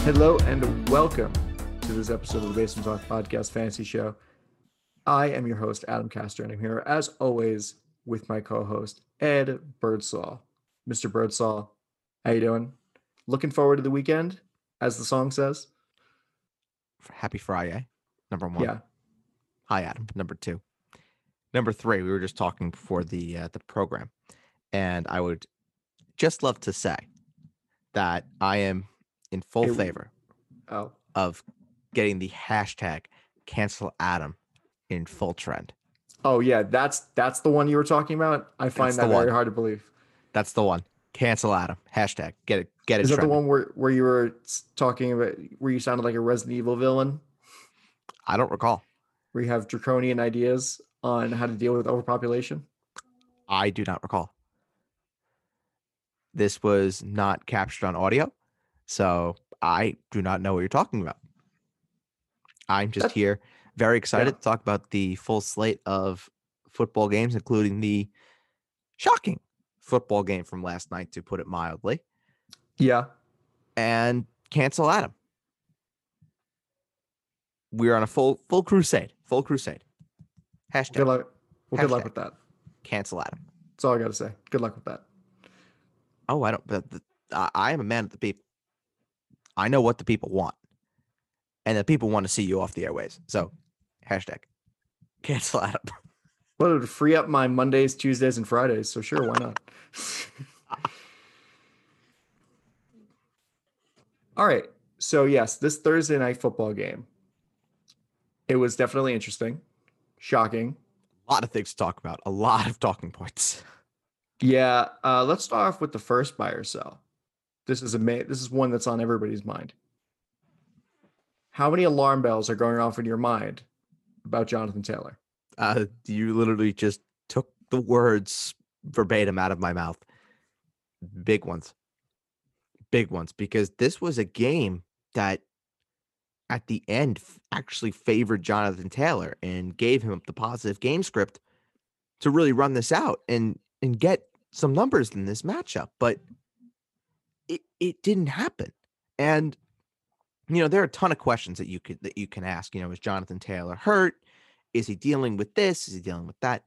Hello and welcome to this episode of the Basement Talk Podcast Fantasy Show. I am your host, Adam Castor, and I'm here as always with my co-host, Ed Birdsall. Mr. Birdsall, how you doing? Looking forward to the weekend, as the song says. Happy Friday, number one. Yeah. Hi, Adam. Number two. Number three. We were just talking before the uh, the program, and I would just love to say that I am in full It- favor Oh, of getting the hashtag cancel Adam in full trend. oh yeah. That's that's the one you were talking about. I find That's that the very one. hard to believe. That's the one. Cancel Adam. Hashtag. Get it. Get it. Is that the trending. one where where you were s- talking about where you sounded like a Resident Evil villain, I don't recall. where you have draconian ideas on how to deal with overpopulation? I do not recall. This was not captured on audio, so I do not know what you're talking about. I'm just That's- here, very excited Yeah. to talk about the full slate of football games, including the shocking football game from last night, to put it mildly, Yeah. and cancel Adam. We're on a full full crusade, full crusade. Good Hashtag luck. Well, good luck Hashtag. with that. cancel Adam. That's all I got to say. Good luck with that. Oh, I don't. But the, I I am a man of the people. I know what the people want, and the people want to see you off the airways. So, hashtag cancel Adam. Well, it would free up my Mondays, Tuesdays, and Fridays. So sure, why not? All right. So yes, this Thursday night football game. It was definitely interesting, shocking. A lot of things to talk about. A lot of talking points. Yeah. Uh, let's start off with the first buy or sell. This is a ma- this is one that's on everybody's mind. How many alarm bells are going off in your mind about Jonathan Taylor? Uh, you literally just took the words verbatim out of my mouth. Big ones. Big ones because this was a game that at the end f- actually favored Jonathan Taylor and gave him the positive game script to really run this out and and get some numbers in this matchup, but it it didn't happen. And you know, there are a ton of questions that you could that you can ask, you know, is Jonathan Taylor hurt? Is he dealing with this? Is he dealing with that?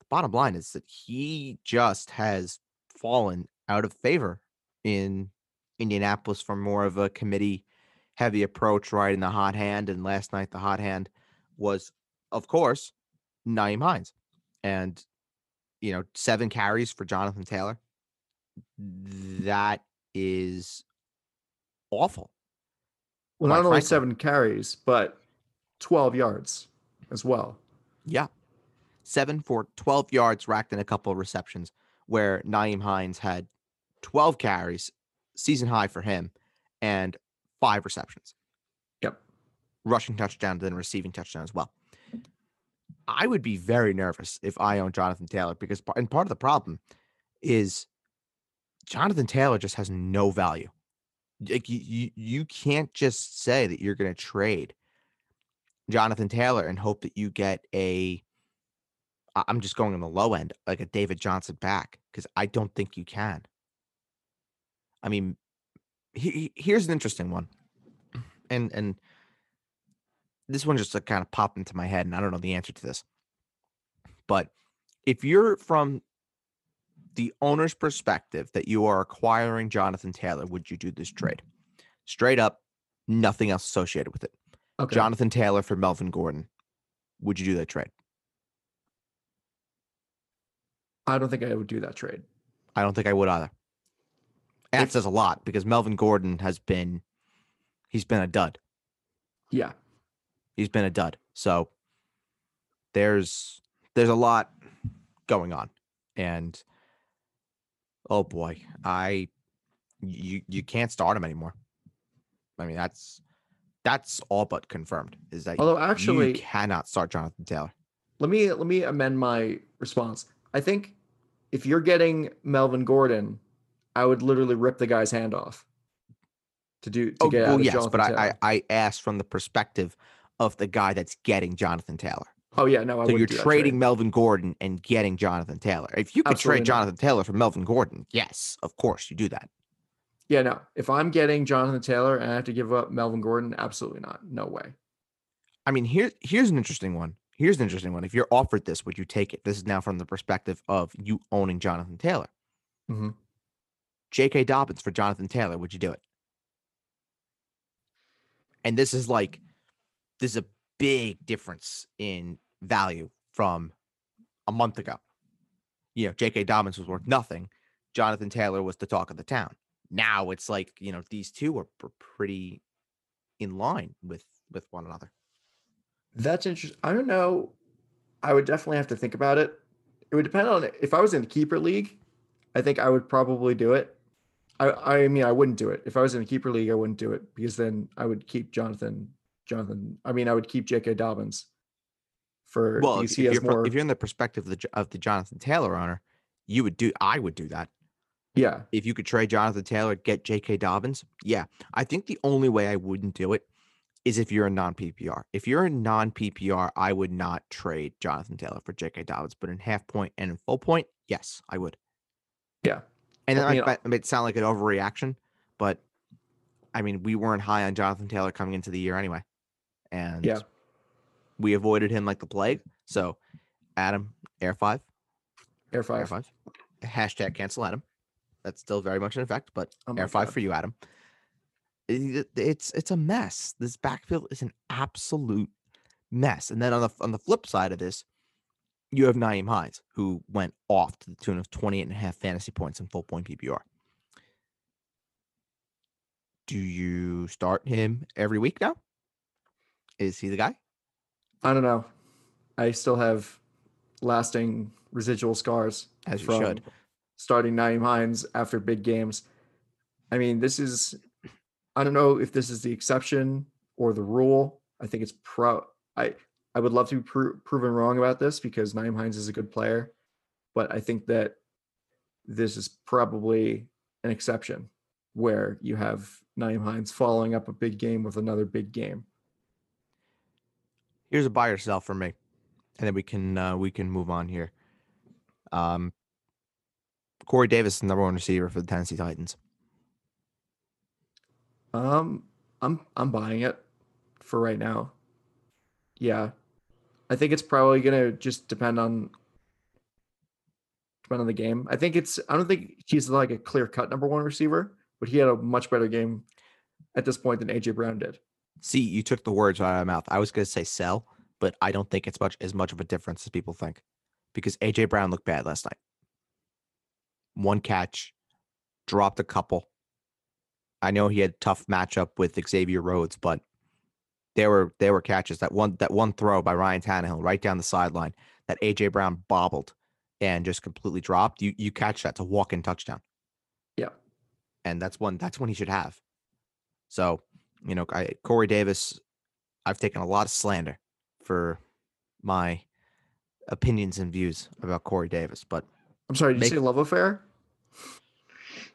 The bottom line is that he just has fallen out of favor in Indianapolis for more of a committee heavy approach, right in the hot hand. And last night, the hot hand was, of course, Naeem Hines. And, you know, seven carries for Jonathan Taylor. That is awful. Well, Quite not only frankly. seven carries, but 12 yards as well. Yeah. Seven for 12 yards, racked in a couple of receptions, where Naeem Hines had 12 carries, season high for him, and five receptions. Yep. Rushing touchdown, then receiving touchdown as well. I would be very nervous if I owned Jonathan Taylor because, par- and part of the problem is Jonathan Taylor just has no value. Like you, you, you can't just say that you're going to trade Jonathan Taylor and hope that you get a. I- I'm just going on the low end, like a David Johnson back, because I don't think you can. I mean, he, he- here's an interesting one, and and this one just like, kind of popped into my head, and I don't know the answer to this, but if you're from the owner's perspective that you are acquiring Jonathan Taylor, would you do this trade? Straight up, nothing else associated with it. Okay. Jonathan Taylor for Melvin Gordon. Would you do that trade? I don't think I would do that trade. I don't think I would either. And That says a lot because Melvin Gordon has been he's been a dud. Yeah. He's been a dud. So there's there's a lot going on. And oh boy, I you you can't start him anymore. I mean that's that's all but confirmed is that Although you actually, cannot start Jonathan Taylor. let me let me amend my response. I think if you're getting Melvin Gordon, I would literally rip the guy's hand off to do to get out of Jonathan Oh, but I, I Taylor. I asked from the perspective of the guy that's getting Jonathan Taylor. oh yeah, no, I so wouldn't you're do that trading Melvin Gordon and getting Jonathan Taylor. If you could Absolutely trade not. Jonathan Taylor for Melvin Gordon, yes, of course you do that. trade. Yeah, no. If I'm getting Jonathan Taylor and I have to give up Melvin Gordon, absolutely not. No way. I mean, here here's an interesting one. Here's an interesting one. If you're offered this, would you take it? This is now from the perspective of you owning Jonathan Taylor. Mhm. J.K. Dobbins for Jonathan Taylor. Would you do it? And this is like, this is a big difference in value from a month ago. You know, J.K. Dobbins was worth nothing. Jonathan Taylor was the talk of the town. Now it's like you know these two are pr- pretty in line with with one another. That's interesting. I don't know. I would definitely have to think about it. It would depend on if I was in the keeper league. I think I would probably do it. I, I mean, I wouldn't do it if I was in the keeper league. I wouldn't do it because then I would keep Jonathan. Jonathan. I mean, I would keep J.K. Dobbins for Well, because if, he has if you're fro- E more. if you're in the perspective of the, Jo- of the Jonathan Taylor owner, you would do. I would do that yeah, if you could trade Jonathan Taylor, get J.K. Dobbins. Yeah, I think the only way I wouldn't do it is if you're a non PPR. If you're a non PPR, I would not trade Jonathan Taylor for J.K. Dobbins. But in half point and in full point, yes, I would. Yeah. and I that mean, uh might, might- might sound like an overreaction, but I mean, we weren't high on Jonathan Taylor coming into the year anyway, and Yeah. we avoided him like the plague. So, Adam, air five. air five. Air five. Hashtag cancel Adam. That's still very much in effect, but Oh my air five God. for you, Adam. It- It's it's a mess. This backfield is an absolute mess. And then on the on the flip side of this, you have Naeem Hines, who went off to the tune of 28 and a half fantasy points in full point PPR. Do you start him every week now? Is he the guy? I don't know. I still have lasting residual scars As you should. starting Naeem Hines after big games. I mean, this is I don't know if this is the exception or the rule. I think it's pro I I would love to be pro- proven wrong about this because Naeem Hines is a good player, but I think that this is probably an exception where you have Naeem Hines following up a big game with another big game. here's a buy or sell for me, and then we can uh, we can move on here. Um, Corey Davis, number one receiver for the Tennessee Titans. Um, I'm I'm buying it for right now. Yeah, I think it's probably gonna just depend on depend on the game. I think it's I don't think he's like a clear cut number one receiver, but he had a much better game at this point than AJ Brown did. See, you took the words right out of my mouth. I was going to say sell, but I don't think it's much as much of a difference as people think, because AJ Brown looked bad last night. One catch, dropped a couple. I know he had a tough matchup with Xavier Rhodes, but there were there were catches that one that one throw by Ryan Tannehill right down the sideline that AJ Brown bobbled and just completely dropped. You you catch that to walk in touchdown Yeah, and that's one that's one he should have. So, you know, I, Corey Davis, I've taken a lot of slander for my opinions and views about Corey Davis, but I'm sorry. Did Make- you say love affair,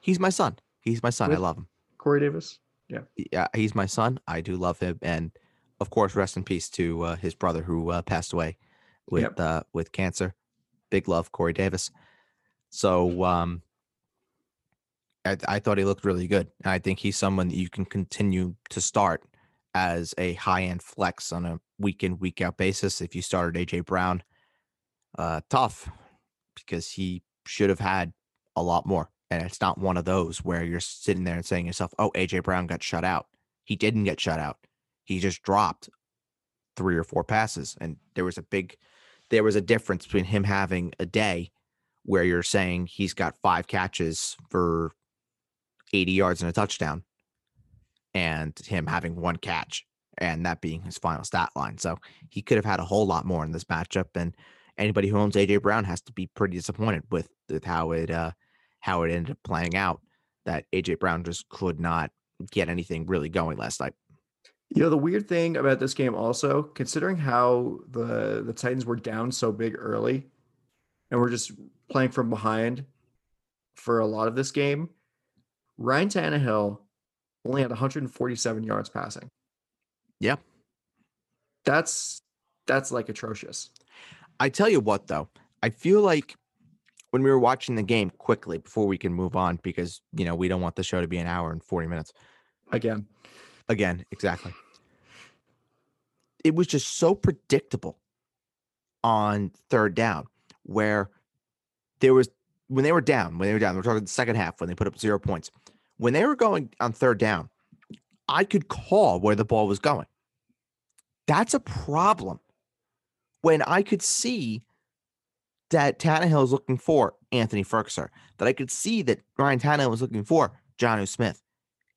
he's my son. He's my son. With- I love him. Corey Davis? Yeah, uh, he's my son. I do love him, and of course, rest in peace to uh, his brother who uh, passed away with Yep. uh, with cancer. Big love, Corey Davis. So, um, I, I thought he looked really good. And I think he's someone that you can continue to start as a high end flex on a week in week out basis. If you started AJ Brown, uh, tough because he should have had a lot more. And it's not one of those where you're sitting there and saying to yourself, oh, AJ Brown got shut out. He didn't get shut out. He just dropped three or four passes. And there was a big, there was a difference between him having a day where you're saying he's got five catches for 80 yards and a touchdown and him having one catch and that being his final stat line. So he could have had a whole lot more in this matchup. And anybody who owns AJ Brown has to be pretty disappointed with with how it uh how it ended up playing out that AJ Brown just could not get anything really going last night. You know the weird thing about this game, also considering how the the Titans were down so big early, and we're just playing from behind for a lot of this game. Ryan Tannehill only had 147 yards passing. Yeah. that's that's like atrocious. I tell you what though, I feel like when we were watching the game quickly before we can move on because you know we don't want the show to be an hour and 40 minutes Again, again exactly it was just so predictable on third down where there was when they were down when they were down we're talking the second half when they put up zero points when they were going on third down i could call where the ball was going that's a problem when i could see that Tannehill is looking for Anthony Ferguson, that I could see that Ryan Tannehill was looking for Johnu Smith.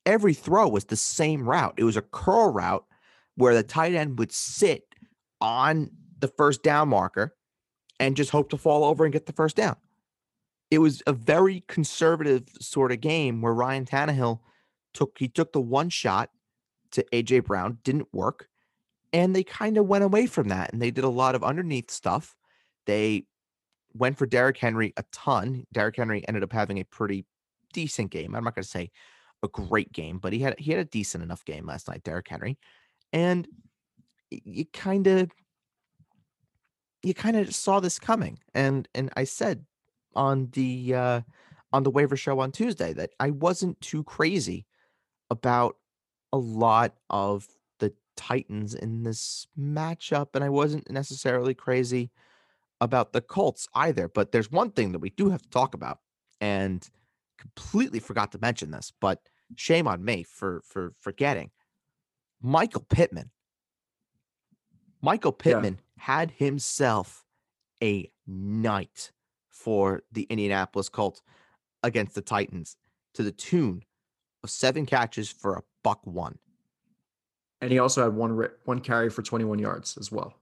Every throw was the same route. It was a curl route where the tight end would sit on the first down marker and just hope to fall over and get the first down. It was a very conservative sort of game where Ryan Tannehill took he took the one shot to AJ Brown, didn't work, and they kind of went away from that and they did a lot of underneath stuff. They went for Derrick Henry a ton. Derrick Henry ended up having a pretty decent game. I'm not going to say a great game, but he had he had a decent enough game last night, Derrick Henry. And y- you kind of you kind of saw this coming. And and I said on the uh on the waiver show on Tuesday that I wasn't too crazy about a lot of the Titans in this matchup and I wasn't necessarily crazy about the Colts either, but there's one thing that we do have to talk about, and completely forgot to mention this, but shame on me for for forgetting. Michael Pittman. Michael Yeah. Pittman had himself a night for the Indianapolis Colts against the Titans to the tune of seven catches for a buck one. and he also had one ri- one carry for 21 yards as well.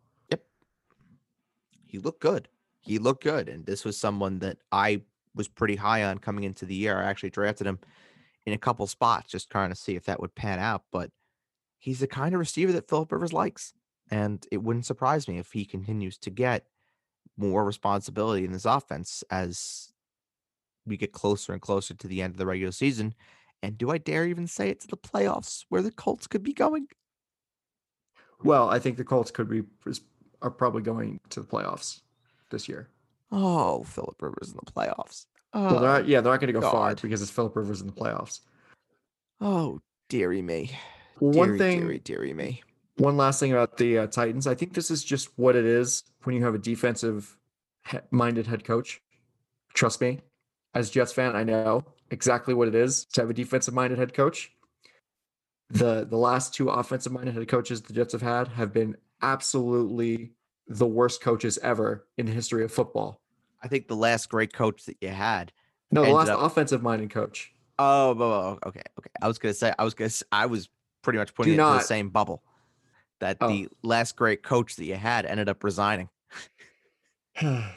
he looked good. He looked good. And this was someone that I was pretty high on coming into the year. I actually drafted him in a couple spots just trying to see if that would pan out. But he's the kind of receiver that Philip Rivers likes. And it wouldn't surprise me if he continues to get more responsibility in this offense as we get closer and closer to the end of the regular season. And do I dare even say it to the playoffs where the Colts could be going? Well, I think the Colts could be is- are probably going to the playoffs this year. Oh, Philip Rivers in the playoffs. Well, Oh, they're not, yeah, they're not going to go far God. because it's Philip Rivers in the playoffs. oh dearie me. Well, Deary, one thing, deary, deary me. one last thing about the uh, Titans. I think this is just what it is when you have a defensive he- minded head coach. Trust me, as a Jets fan, I know exactly what it is to have a defensive minded head coach. The the last two offensive minded head coaches the Jets have had have been absolutely the worst coaches ever in the history of football. I think the last great coach that you had. No, the Ended last up- offensive minded coach. Oh, oh, oh, okay, okay. I was gonna say, I was gonna, s- I was pretty much putting it into not- the same bubble. That Oh. the last great coach that you had ended up resigning. Cannot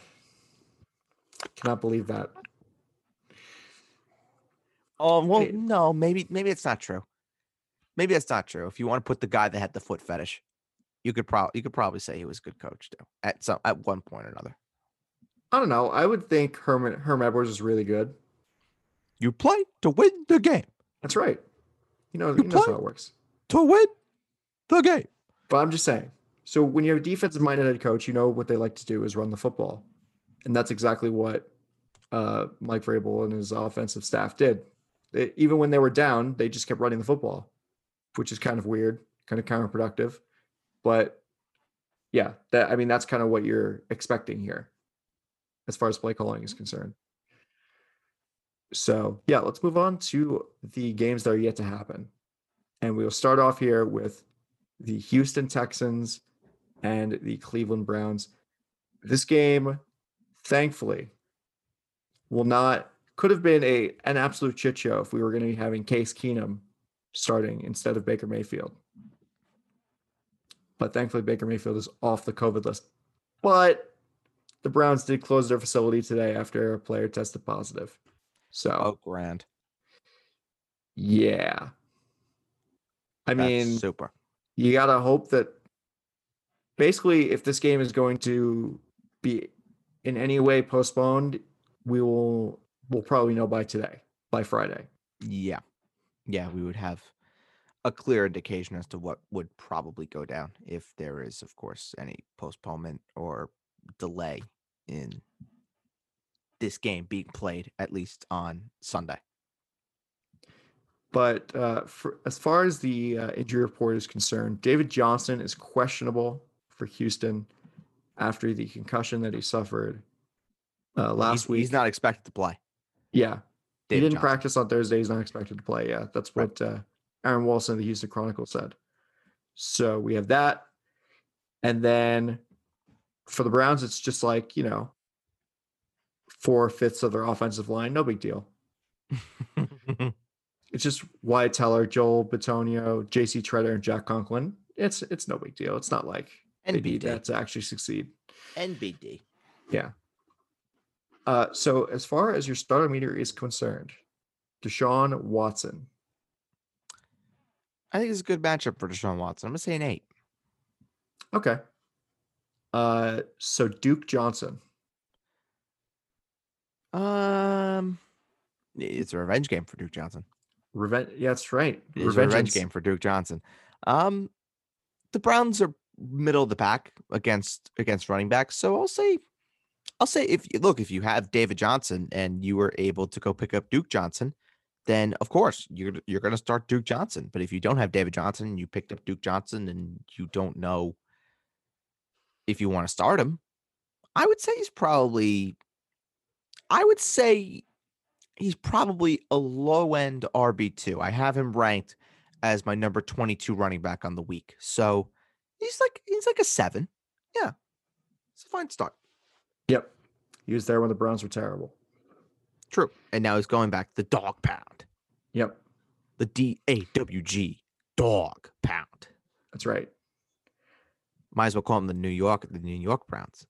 believe that. Oh well, Hey. no, maybe, maybe it's not true. Maybe that's not true. If you want to put the guy that had the foot fetish, you could probably, you could probably say he was a good coach too. At some, at one point or another, I don't know. I would think Herman Herm Edwards is really good. you play to win the game. That's right. You know, he You knows play. how it works. To win the game. But I'm just saying. So when you have a defensive minded head coach, you know what they like to do is run the football. And that's exactly what uh, Mike Vrabel and his offensive staff did. They, even when they were down, they just kept running the football, which is kind of weird, kind of counterproductive. But yeah, that I mean that's kind of what you're expecting here as far as play calling is concerned. So yeah, let's move on to the games that are yet to happen. And we'll start off here with the Houston Texans and the Cleveland Browns. This game, thankfully, will not could have been a an absolute shit show if we were going to be having Case Keenum starting instead of Baker Mayfield. But thankfully, Baker Mayfield is off the COVID list. But the Browns did close their facility today after a player tested positive. So Oh, grand. yeah, I That's mean, super. you gotta hope that basically if this game is going to be in any way postponed we will we'll probably know by today by friday Yeah. Yeah, we would have a clear indication as to what would probably go down if there is, of course, any postponement or delay in this game being played at least on Sunday. But uh, for, as far as the uh, injury report is concerned, David Johnson is questionable for Houston after the concussion that he suffered uh, last he's, week. he's not expected to play. yeah, he David didn't Johnson. practice on Thursday. He's not expected to play. Yeah, that's Right. what uh, Aaron Wilson of the Houston Chronicle said. So we have that, and then for the Browns, it's just like you know, four fifths of their offensive line. No big deal. It's just Wyatt Teller, Joel Batonio, J.C. Treader, and Jack Conklin. It's it's no big deal. It's not like they need NBD. that to actually succeed. NBD. Uh, so as far as your starter meter is concerned, Deshaun Watson. I think it's a good matchup for Deshaun Watson. I'm gonna say an eight. Okay. Uh, so Duke Johnson. Um, it's a revenge game for Duke Johnson. Revenge. Yeah, that's right. It's a revenge Revengeance. game for Duke Johnson. Um, the Browns are middle of the pack against against running backs, so I'll say, I'll say if you look if you have David Johnson and you were able to go pick up Duke Johnson, then of course you're you're going to start Duke Johnson. But if you don't have David Johnson, and you picked up Duke Johnson, and you don't know if you want to start him, I would say he's probably, I would say he's probably a low end RB2. I have him ranked as my number 22 running back on the week. So he's like he's like a 7. Yeah. It's a fine start. Yep. He was there when the Browns were terrible. True. And now he's going back to the dog pound. Yep. The D A W G dog pound. That's right. Might as well call him the New York the New York Browns.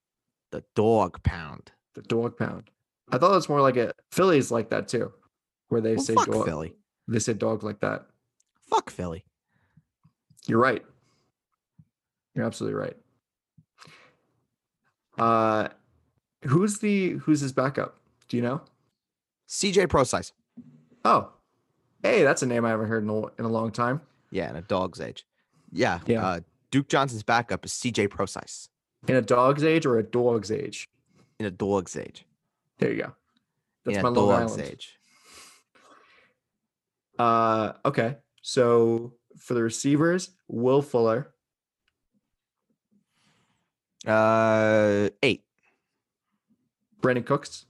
The dog pound. The dog pound. I thought it's more like a Phillies like that too, where they Well, say fuck dog. Philly. They say dog like that. Fuck Philly. You're right. You're absolutely right. Uh, who's the who's his backup? Do you know? CJ Pro size. Oh, hey, that's a name I haven't heard in a, in a long time. Yeah, and a dog's age. Yeah. Yeah. Uh, Duke Johnson's backup is CJ Pro size In a dog's age or a dog's age? in a dog's age. There you go. That's in a my Long dog's Island. age. Uh, okay. So for the receivers, Will Fuller. Uh, eight, Brandon Cooks.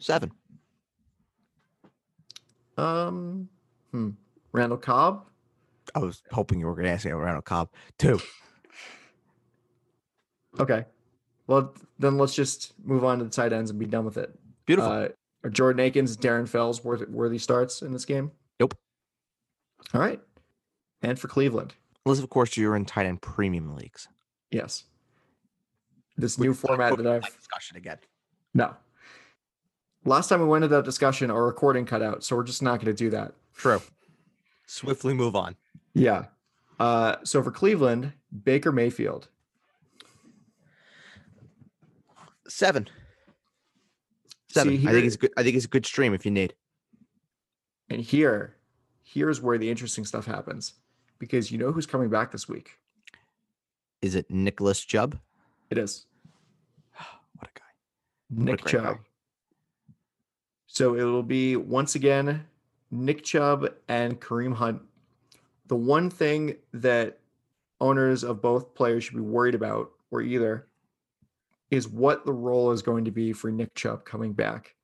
seven. Um, hmm, Randall Cobb. I was hoping you were going to ask me about Randall Cobb. Two. Okay. Well, then let's just move on to the tight ends and be done with it. Beautiful. Uh, are Jordan Akins, Darren Fells worth worthy starts in this game? Nope. All right. And for Cleveland, Unless, of course, you're in tight end premium leagues. yes. This Which new is not format open that I've to that discussion again. no. Last time we went into that discussion, our recording cut out, so we're just not going to do that. True. Swiftly move on. Yeah. Uh, so for Cleveland, Baker Mayfield, Seven. Seven. See, I think here- it's good. I think it's a good stream if you need. and here, here's where the interesting stuff happens, because you know who's coming back this week. Is it Nicholas Chubb? It is What a guy. Nick great guy. Chubb. So it will be once again Nick Chubb and Kareem Hunt. The one thing that owners of both players should be worried about, or either, is what the role is going to be for Nick Chubb coming back.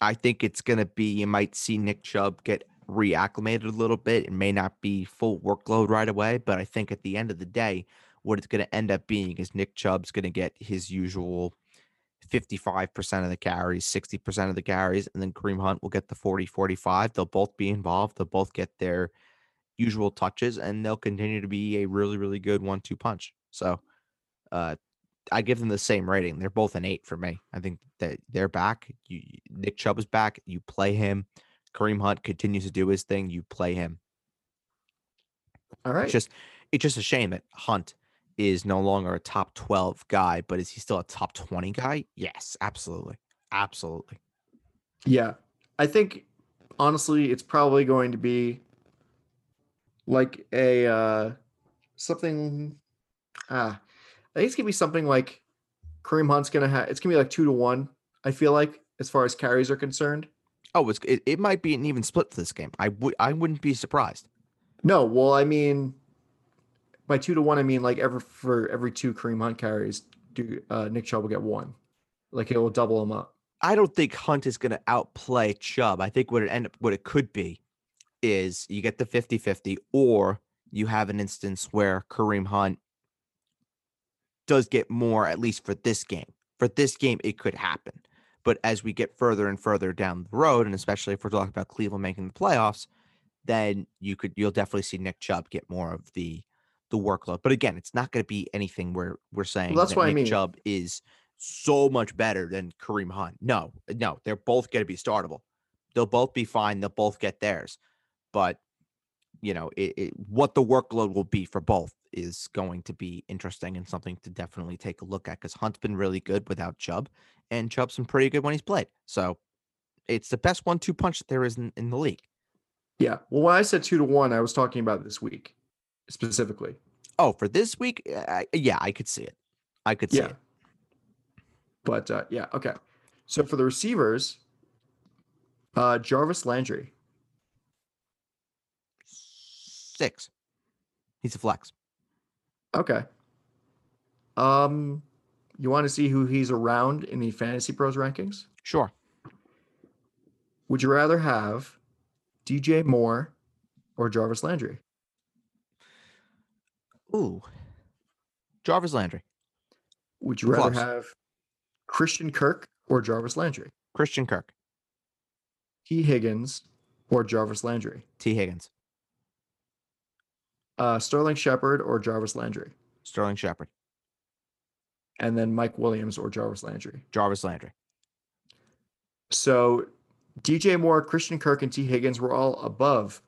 I think it's going to be you might see Nick Chubb get reacclimated a little bit. It may not be full workload right away, but I think at the end of the day, what it's going to end up being is Nick Chubb's going to get his usual 55% of the carries, 60% of the carries, and then Kareem Hunt will get the 40, 45. They'll both be involved. They'll both get their usual touches, and they'll continue to be a really, really good one two punch. So, uh, I give them the same rating. They're both an eight for me. I think that they're back. You, you- Nick Chubb is back. You play him. Kareem Hunt continues to do his thing. You play him. All right. It's just it's just a shame that Hunt is no longer a top twelve guy, but is he still a top twenty guy? Yes, absolutely, absolutely. Yeah. I think honestly it's probably going to be like a uh something ah I think it's gonna be something like Kareem Hunt's gonna have it's gonna be like two to one. I feel like as far as carries are concerned. Oh, it's it, it might be an even split for this game. I would I wouldn't be surprised. No, well, I mean, by two to one, I mean like every for every two Kareem Hunt carries, do uh, Nick Chubb will get one. Like it will double him up. I don't think Hunt is going to outplay Chubb. I think what it end up, what it could be is you get the 50-50 or you have an instance where Kareem Hunt does get more at least for this game. For this game it could happen. But as we get further and further down the road and especially if we're talking about Cleveland making the playoffs, then you could you'll definitely see Nick Chubb get more of the the workload. But again, it's not going to be anything where we're saying Well, that's that what I Nick mean. Chubb is so much better than Kareem Hunt. No, no, they're both going to be startable. They'll both be fine. They'll both get theirs. But you know, it, it, what the workload will be for both is going to be interesting and something to definitely take a look at because Hunt's been really good without Chubb, and Chubb's been pretty good when he's played. So it's the best one-two punch that there is in, in the league. Yeah. Well, when I said two to one, I was talking about this week specifically. Oh, for this week, I, yeah, I could see it. I could see Yeah. it. But uh, yeah, okay. So for the receivers, uh, Jarvis Landry. Six. He's a flex. Okay. Um, you want to see who he's around in the Fantasy Pros rankings? Sure. Would you rather have DJ Moore or Jarvis Landry? Ooh. Jarvis Landry, Would you rather Close. have Christian Kirk or Jarvis Landry? Christian Kirk, T. Higgins or Jarvis Landry? T. Higgins, Uh, Sterling Shepard or Jarvis Landry? Sterling Shepard, And then Mike Williams or Jarvis Landry? Jarvis Landry. So DJ Moore, Christian Kirk, and T. Higgins were all above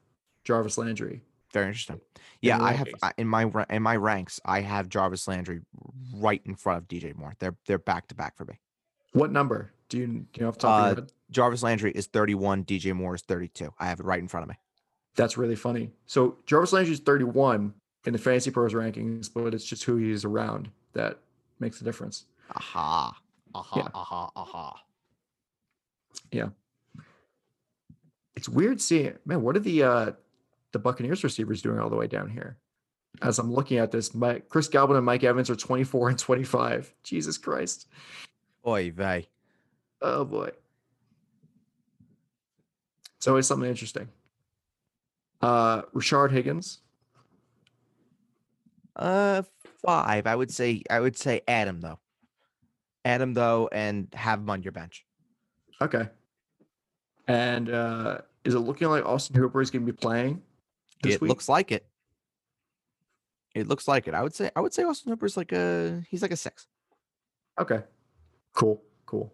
Jarvis Landry. Very interesting. Yeah, the I have rankings. I- in my ra- in my ranks, I have Jarvis Landry right in front of DJ Moore. They're they're back to back for me. What number? Do you, do you know off the top of Uh, your head? Jarvis Landry is 31, DJ Moore is 32. I have it right in front of me. That's really funny. So Jarvis Landry's 31 in the Fantasy Pros rankings, but it's just who he's around that makes a difference. Aha. Aha. Yeah. Aha. Aha. It's weird seeing man, what are the uh the Buccaneers receivers doing all the way down here? As I'm looking at this, Mike, Chris Galvin and Mike Evans are 24 and 25. Jesus Christ. Oy vey. Oh boy. It's always something interesting. Uh Richard Higgins. Uh, five. I would say. I would say Adam though. Adam though, and have him on your bench. Okay. And uh is it looking like Austin Hooper is gonna be playing this it week? looks like it. It looks like it. I would say. I would say Austin Hooper's like a. He's like a six. okay. Cool. Cool.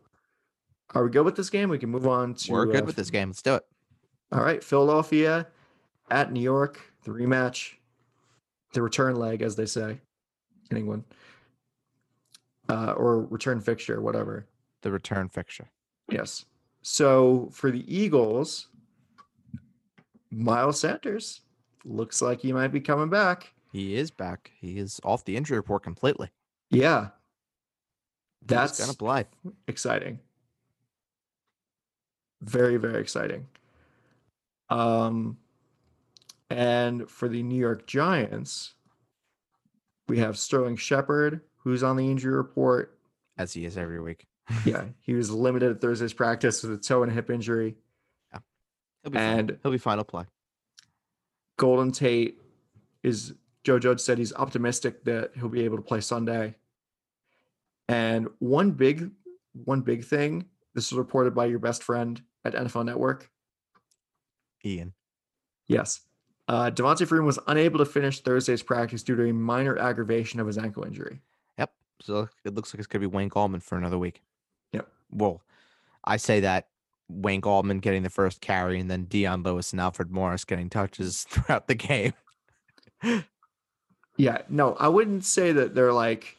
Are we good with this game? We can move on to We're good uh, with this game. Let's do it. All right, Philadelphia at New York, the rematch, the return leg, as they say in England, uh, or return fixture, whatever. The return fixture. Yes. So for the Eagles, Miles Sanders looks like he might be coming back. He is back. He is off the injury report completely. Yeah. That's He's gonna play. exciting. Very, very exciting. Um, and for the New York Giants, we have Sterling Shepard, who's on the injury report. as he is every week. Yeah, he was limited at Thursday's practice with a toe and hip injury. He'll be fine. And He'll be fine. He'll play. Golden Tate is Joe Judge said he's optimistic that he'll be able to play Sunday. And one big one big thing, this was reported by your best friend at NFL Network. Ian. Yes. Uh, Devontae Freeman was unable to finish Thursday's practice due to a minor aggravation of his ankle injury. Yep. So it looks like it's gonna be Wayne Gallman for another week. Yep. Well, I say that Wayne Gallman getting the first carry and then Dion Lewis and Alfred Morris getting touches throughout the game. Yeah, no, I wouldn't say that they're like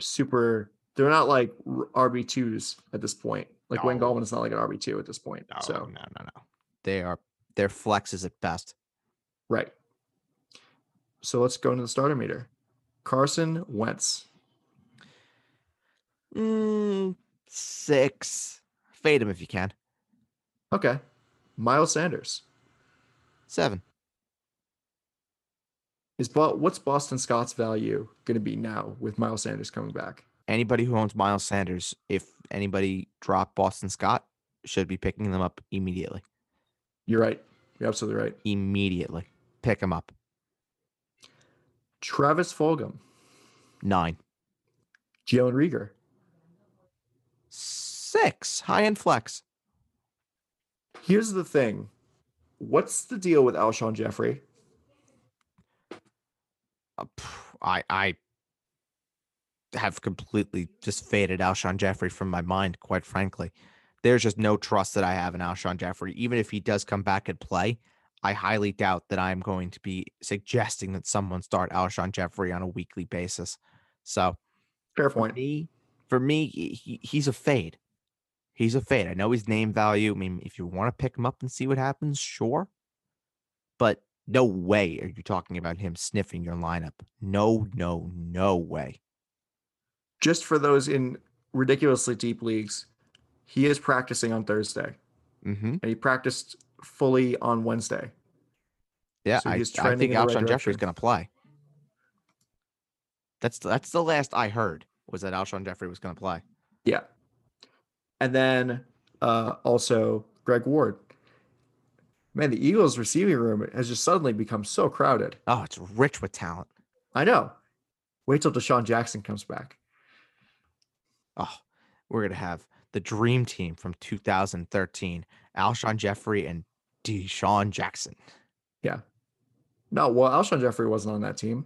super. They're not like RB twos at this point. Like Wayne No. Gallman is not like an RB two at this point. so no, no, no. They are they're flexes at best. right. So let's go into the starter meter. Carson Wentz. Mm, six. Fade him if you can. Okay. Miles Sanders Seven. is Bo- what's Boston Scott's value going to be now with Miles Sanders coming back? Anybody who owns Miles Sanders, if anybody dropped Boston Scott, should be picking them up immediately. You're right. You're absolutely right. Immediately. Pick him up. Travis Fulgham, Nine. Jalen Rieger, Six. High end flex. Here's the thing. What's the deal with Alshon Jeffrey? Uh, pff, I I have completely just faded Alshon Jeffrey from my mind, quite frankly. There's just no trust that I have in Alshon Jeffrey. Even if he does come back and play, I highly doubt that I'm going to be suggesting that someone start Alshon Jeffrey on a weekly basis. So Fair for point. me, for me, he, he- he's a fade. He's a fade. I know his name value. I mean, if you want to pick him up and see what happens, sure. But no way are you talking about him sniffing your lineup. No, no, no way. Just for those in ridiculously deep leagues, he is practicing on Thursday Mm-hmm. and he practiced fully on Wednesday. Yeah, So I, he's I trending think in the right Alshon Jeffrey's direction. going to play. That's the, that's the last I heard was that Alshon Jeffrey was going to play. Yeah. And then uh, also Greg Ward. Man, the Eagles receiving room has just suddenly become so crowded. Oh, it's rich with talent. I know. Wait till Deshaun Jackson comes back. Oh, we're gonna have the dream team from 2013: Alshon Jeffrey and Deshaun Jackson. No, well, Alshon Jeffrey wasn't on that team.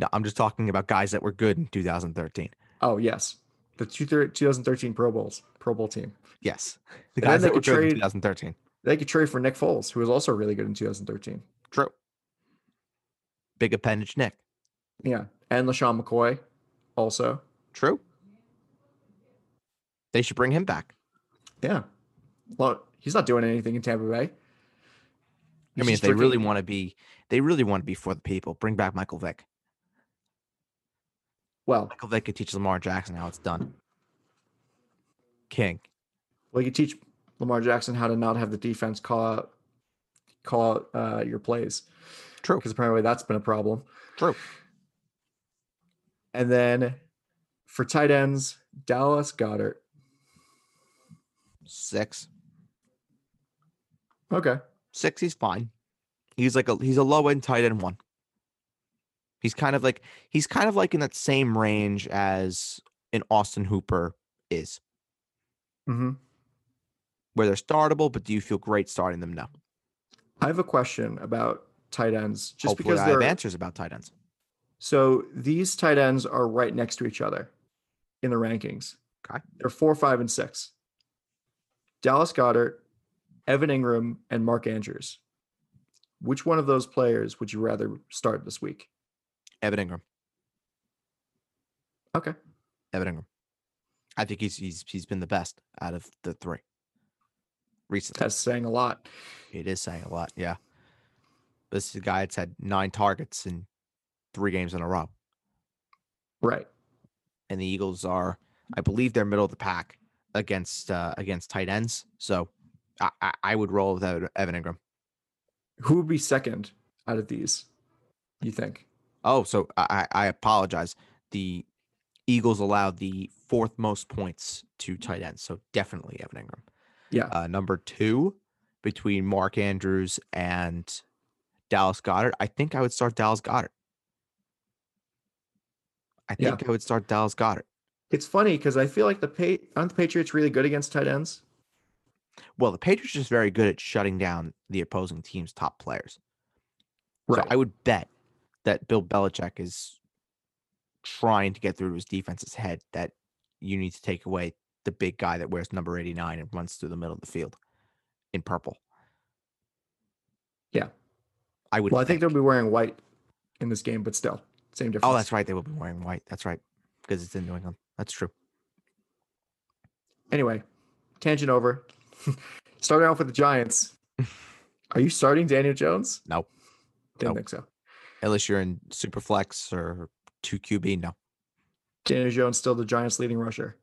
No, I'm just talking about guys that were good in 2013. Oh, yes. The two thir- 2013 Pro Bowls, Pro Bowl team. Yes, And the then guys they that were could good in trade- 2013. They could trade for Nick Foles, who was also really good in 2013. True. Big appendage, Nick. Yeah. And LaShawn McCoy also. True. They should bring him back. Yeah. Well, he's not doing anything in Tampa Bay. I He's mean, if just they really freaking- want to be, they really want to be for the people. Bring back Michael Vick. Well, Michael Vick could teach Lamar Jackson how it's done. King. well, you teach Lamar Jackson how to not have the defense call out, call out uh, your plays True. because apparently that's been a problem. True. And then for tight ends, Dallas Goddard. Six. Okay. Six. He's fine. He's like a he's a low end tight end one. He's kind of like he's kind of like in that same range as an Austin Hooper is, hmm where they're startable, but do you feel great starting them? No. I have a question about tight ends just Hopefully, because Oh, I they're have answers about tight ends. So these tight ends are right next to each other in the rankings. Okay. They're four, five, and six. Dallas Goddard, Evan Ingram, and Mark Andrews. Which one of those players would you rather start this week? Evan Ingram. Okay. Evan Ingram. I think he's he's he's been the best out of the three recently. That's saying a lot. It is saying a lot, yeah. This is a guy that's had nine targets in three games in a row. Right. And the Eagles are, I believe, they're middle of the pack against uh, against tight ends. So I, I, I would roll with Evan Evan Ingram. Who would be second out of these, you think? Oh, so I, I I apologize. The Eagles allowed the fourth most points to tight ends. So definitely Evan Ingram. Yeah. Uh, number two, between Mark Andrews and Dallas Goddard, I think I would start Dallas Goddard. I Yeah. think I would start Dallas Goddard. It's funny because I feel like the pa- aren't the Patriots really good against tight ends? Well, the Patriots are just very good at shutting down the opposing team's top players. So I would bet that Bill Belichick is trying to get through to his defense's head that you need to take away the big guy that wears number 89 and runs through the middle of the field in purple. Yeah. I would well, I think think. they'll be wearing white in this game, but still, same difference. Oh, that's right. They will be wearing white. That's right. Because it's in New England. That's true. Anyway, tangent over. Starting off with the Giants. Are you starting Daniel Jones? No. Didn't Nope. think so. Unless you're in Superflex or 2QB. No. Daniel Jones still the Giants' leading rusher.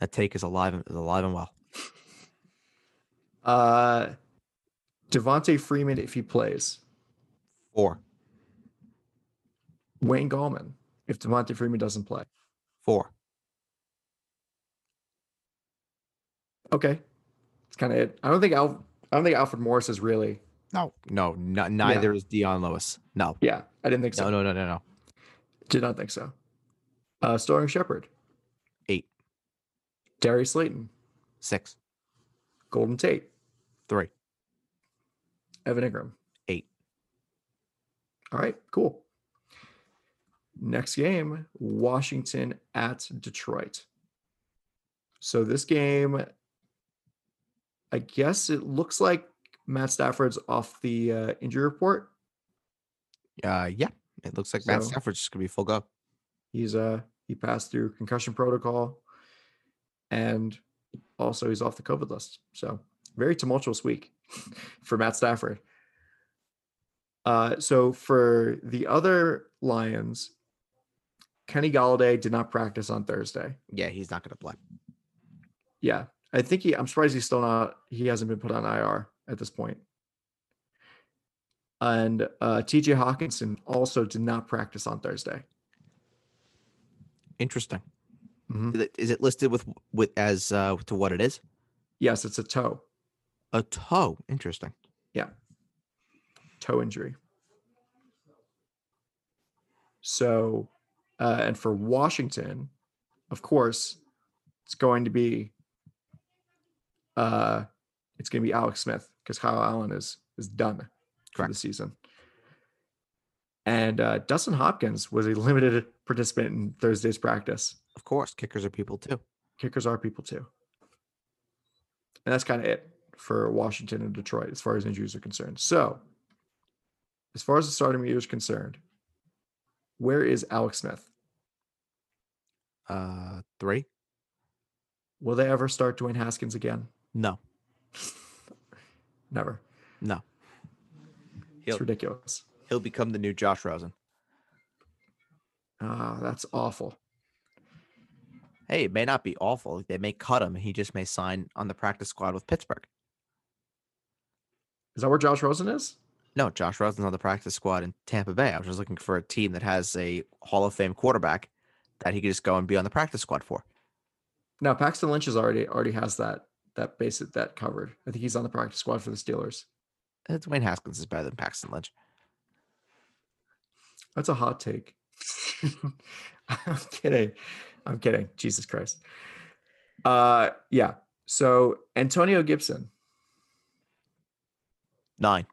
That take is alive and is alive and well. Uh, Devontae Freeman, if he plays, Four. Wayne Gallman, if Devontae Freeman doesn't play. Four. Okay, it's kind of it. I don't think Al. I don't think Alfred Morris is really. No. No, no neither is Dion Lewis. No. Yeah, I didn't think so. No, no, no, no, no. Did not think so. Uh, Sterling Shepard, Eight. Darius Slayton, Six. Golden Tate, Three. Evan Ingram. Eight. All right, cool. Next game, Washington at Detroit. So this game, I guess it looks like Matt Stafford's off the uh, injury report. Uh yeah. It looks like Matt So- Stafford's just gonna be full go. He's uh he passed through concussion protocol, and also he's off the COVID list. So very tumultuous week for Matt Stafford. Uh, so for the other Lions, Kenny Galladay did not practice on Thursday. Yeah, he's not gonna play. Yeah, I think he. I'm surprised he's still not. He hasn't been put on IR at this point. And uh, T.J. Hawkinson also did not practice on Thursday. Interesting. Mhm. Is it- is it listed with with as uh to what it is? Yes, it's a toe. A toe. Interesting. toe injury. So, uh, and for Washington, of course, it's going to be uh, it's going to be Alex Smith because Kyle Allen is is done for the Correct. season. And uh, Dustin Hopkins was a limited participant in Thursday's practice. Of course, kickers are people too. Kickers are people too, and that's kind of it for Washington and Detroit as far as injuries are concerned. So, as far as the starting meter is concerned, where is Alex Smith? Uh three? Will they ever start Dwayne Haskins again? No. Never. No. He'll It's ridiculous. he'll become the new Josh Rosen. Ah, that's awful. Hey, it may not be awful. They may cut him. He just may sign on the practice squad with Pittsburgh. Is that where Josh Rosen is? No, Josh Rosen's on the practice squad in Tampa Bay. I was just looking for a team that has a Hall of Fame quarterback that he could just go and be on the practice squad for. No, Paxton Lynch is already already has that that base that covered. I think he's on the practice squad for the Steelers. Uh, Dwayne Haskins is better than Paxton Lynch. That's a hot take. I'm kidding. I'm kidding. Jesus Christ. Uh yeah. So Antonio Gibson, Nine.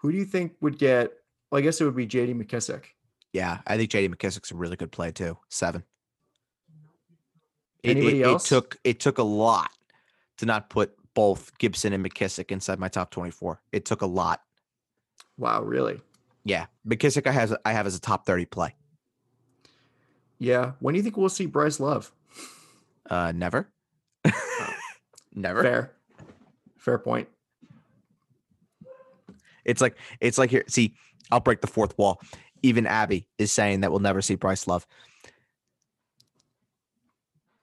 who do you think would get well, I guess it would be JD McKissick. Yeah, I think J.D. McKissick's a really good play too. Seven. It- it- Anybody it else? took it took a lot to not put both Gibson and McKissick inside my top twenty-four. It took a lot. Wow, really? Yeah, McKissick I have I have as a top thirty play. Yeah. When do you think we'll see Bryce Love? Uh, never, never. Fair. Fair point. It's like it's like here. See, I'll break the fourth wall. Even Abby is saying that we'll never see Bryce Love.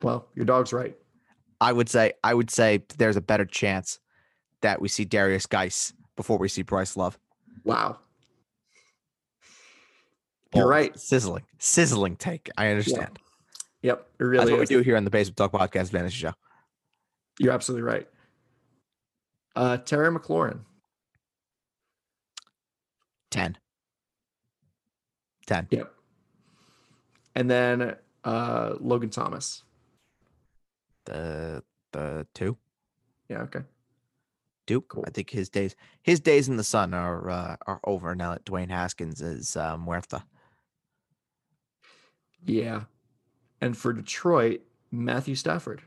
Well, your dog's right. I would say I would say there's a better chance that we see Darius Geis before we see Bryce Love. Wow. You're Bold, right. Sizzling, sizzling take. I understand. Yep. It really That's what we is. do here on the Basement Talk Podcast Vanity Show. You're absolutely right. Uh Terry McLaurin. Ten. Ten. Yep. And then uh Logan Thomas. The the two. Yeah, okay. Duke. Cool. I think his days his days in the sun are uh, are over now that Dwayne Haskins is uh, Muerta. Yeah. And for Detroit, Matthew Stafford.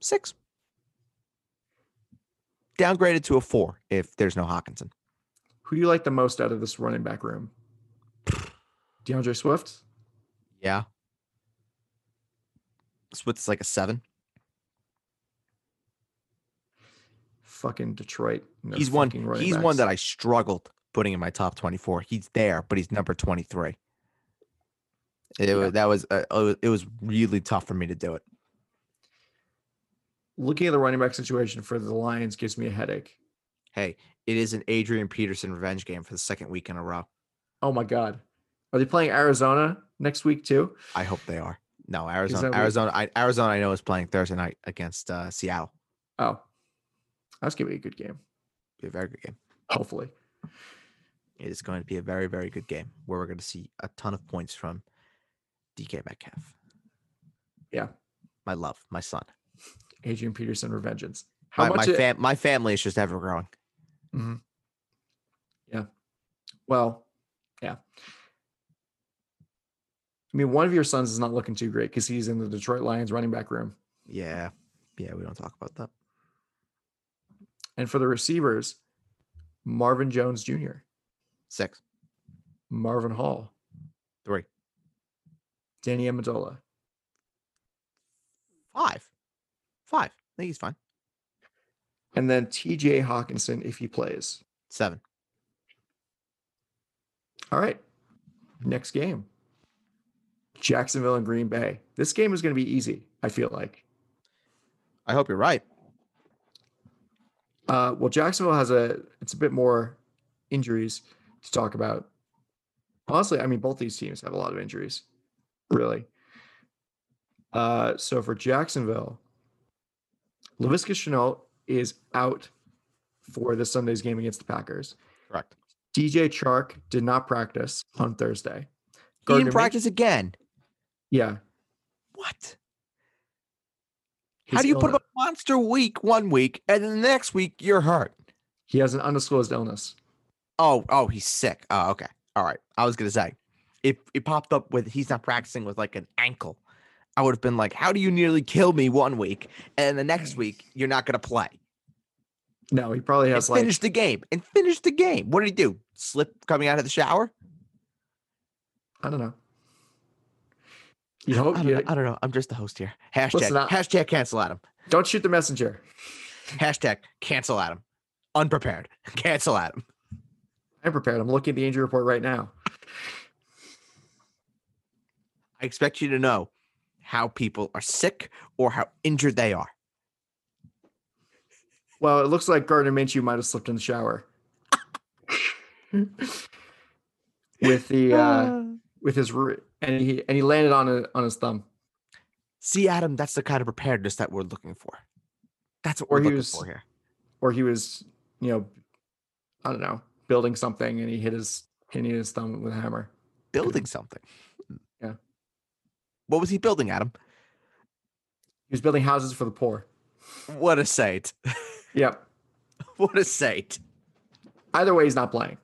Six. Downgraded to a four if there's no Hawkinson. Who do you like the most out of this running back room? DeAndre Swift? Yeah. Swift's like a seven. Fucking Detroit. and their he's one. fucking running He's one backs. that I struggled putting in my top 24. He's there, but he's number 23. It, Yeah. wa- that was uh, it was- it was really tough for me to do it. Looking at the running back situation for the Lions gives me a headache. Hey, it is an Adrian Peterson revenge game for the second week in a row. Oh my God. Are they playing Arizona next week too? I hope they are. No, Arizona, that what- Arizona, I, Arizona. I know is playing Thursday night against uh, Seattle. Oh, that's going to be a good game, Be a very good game. hopefully. It is going to be a very, very good game where we're going to see a ton of points from DK Metcalf. Yeah. my love, my son. Adrian Peterson revengeance. How My, much? my, it- fam- my family is just ever growing. Mhm. Yeah. Well, yeah. I mean, one of your sons is not looking too great because he's in the Detroit Lions running back room. Yeah, yeah. We don't talk about that. And for the receivers, Marvin Jones Jr., Six, Marvin Hall, three, Danny Amendola. five, five. I think he's fine. And then TJ Hawkinson if he plays. Seven. All right. Next game. Jacksonville and Green Bay. This game is going to be easy, I feel like. I hope you're right. Uh, well, Jacksonville has a it's a bit more injuries to talk about. Honestly, I mean both these teams have a lot of injuries, really. Uh, so for Jacksonville, Lavisca Chenault is out for this Sunday's game against the Packers. Correct. DJ Chark did not practice on Thursday. He Gardner didn't Min- practice again. yeah. What? How his do you put up illness- a monster week one week and then the next week you're hurt? He has an undisclosed illness. Oh, oh, he's sick. Oh, okay. All right. I was gonna say, if it popped up with he's not practicing with like an ankle, I would have been like, how do you nearly kill me one week and the next week you're not gonna play? No, he probably And has like finish the game and finish the game. What did he do? Slip coming out of the shower? I don't know. You hope I don't, you, know, I don't know. I'm just the host here. Hashtag Oh, Listen, I- hashtag cancel Adam. don't shoot the messenger. Hashtag cancel Adam. Unprepared. Cancel Adam. I'm prepared. I'm looking at the injury report right now. I expect you to know how people are sick or how injured they are. Well, it looks like Gardner Minshew might have slipped in the shower with the Ah. uh, with his ru- and he and he landed on a, on his thumb. See, Adam, that's the kind of preparedness that we're looking for. That's what Or we're he looking was- for here. or he was, you know, I don't know, building something and he hit his and he hit his thumb with a hammer. Building something. Yeah. What was he building, Adam? He was building houses for the poor. What a sight. Yep. What a sight. Either way, he's not playing.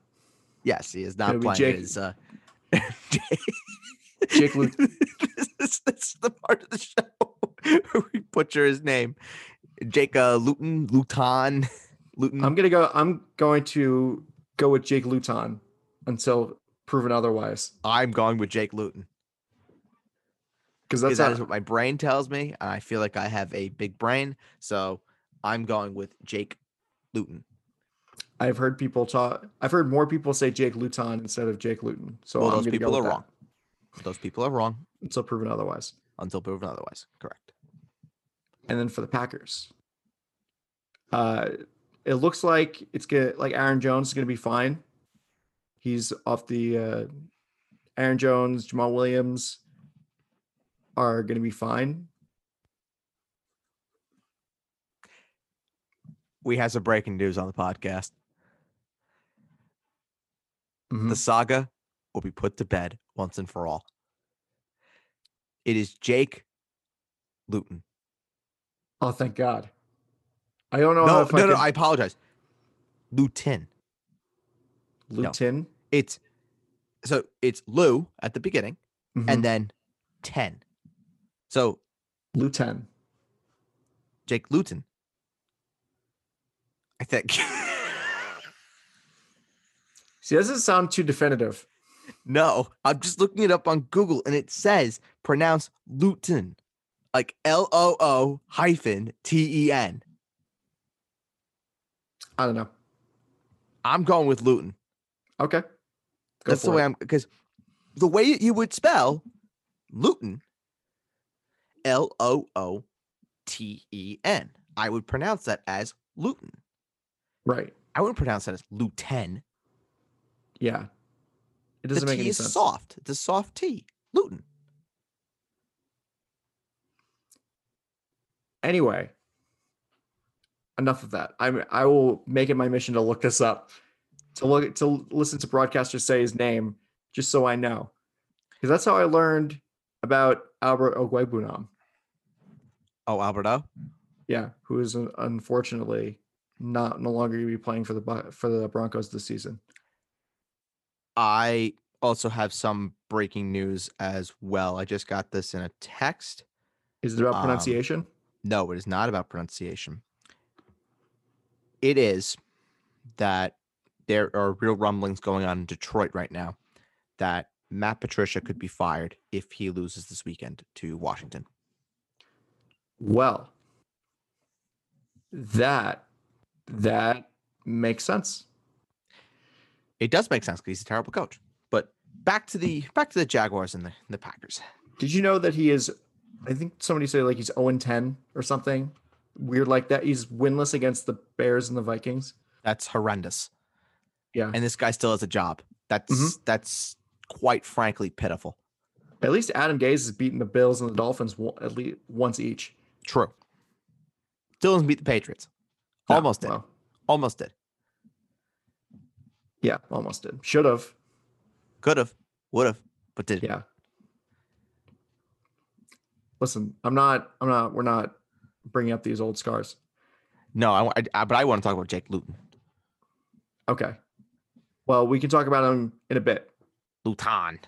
Yes, he is It'll not be playing. Jake- It is, uh, Jake Lu- this, is, this is the part of the show where we butcher his name. Jake uh, Luton, Luton, Luton. I'm gonna go. I'm going to go with Jake Luton until proven otherwise, I'm going with Jake Luton. because that's because that not, is what my brain tells me. and I feel like I have a big brain, so I'm going with Jake Luton. I've heard people talk. I've heard more people say Jake Luton instead of Jake Luton. So well, I'm those gonna go people with are that wrong. Those people are wrong until proven otherwise. until proven otherwise. Correct. And then for the Packers, uh, it looks like it's good. Like Aaron Jones is going to be fine. He's off the. Uh, Aaron Jones, Jamal Williams are going to be fine. We have some breaking news on the podcast. Mhm. The saga will be put to bed once and for all. It is Jake Luton. Oh, thank God. I don't know No, how no, if no, I I, could- apologize. Luton. Luton. It's so it's Lou at the beginning, And and then ten. So Luton. Jake Luton. I think. See, that doesn't sound too definitive. no, I'm just looking it up on Google and it says pronounce Luton, like L O O hyphen T E N. I don't know. I'm going with Luton. Okay. Go That's the for way it. I'm because the way you would spell Luton, L O O T E N. I would pronounce that as Luton. Right. I wouldn't pronounce that as Luton. Yeah. It The doesn't make T any is sense. soft. It's a soft T. Luton. Anyway, enough of that. I'm I will make it my mission to look this up. To look to listen to broadcasters say his name just so I know. Cuz that's how I learned about Albert Ogbunam. Oh, Alberto. Yeah, who is un- unfortunately not no longer going to be playing for the Bu- for the Broncos this season. I also have some breaking news as well. I just got this in a text. Is it about Um, pronunciation? No, it is not about pronunciation. It is that there are real rumblings going on in Detroit right now that Matt Patricia could be fired if he loses this weekend to Washington. Well, that that makes sense. It does make sense because he's a terrible coach. But back to the back to the Jaguars and the, the Packers. Did you know that he is? I think somebody said like he's 0 and 10 or something weird like that. He's winless against the Bears and the Vikings. That's horrendous. Yeah. Mm-hmm. And this guy still has a job. That's that's quite frankly pitiful. At least Adam Gaze has beaten the Bills and the Dolphins wo- at least once each. True. Still doesn't beat the Patriots. No, Almost did. well, Almost did. yeah, almost did. Should have. Could have. Would have. But did. not Yeah. Listen, I'm not. I'm not. We're not bringing up these old scars. No, I, wa- I- I- but I want to talk about Jake Luton. Okay. Well, we can talk about him in a bit. Luton.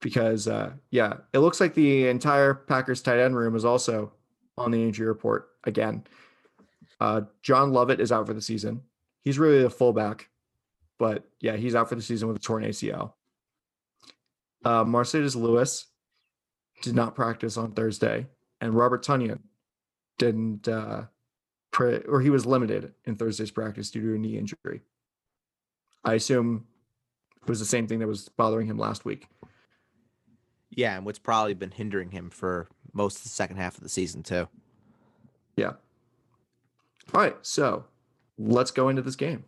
because uh, yeah, it looks like the entire Packers tight end room is also on the injury report again. Uh, John Lovett is out for the season. He's really a fullback, but yeah, he's out for the season with a torn ACL. Uh, Mercedes Lewis did not practice on Thursday, and Robert Tunyon didn't, uh, pre- or he was limited in Thursday's practice due to a knee injury. I assume it was the same thing that was bothering him last week. Yeah, and what's probably been hindering him for most of the second half of the season too. Yeah. All right. So let's go into this game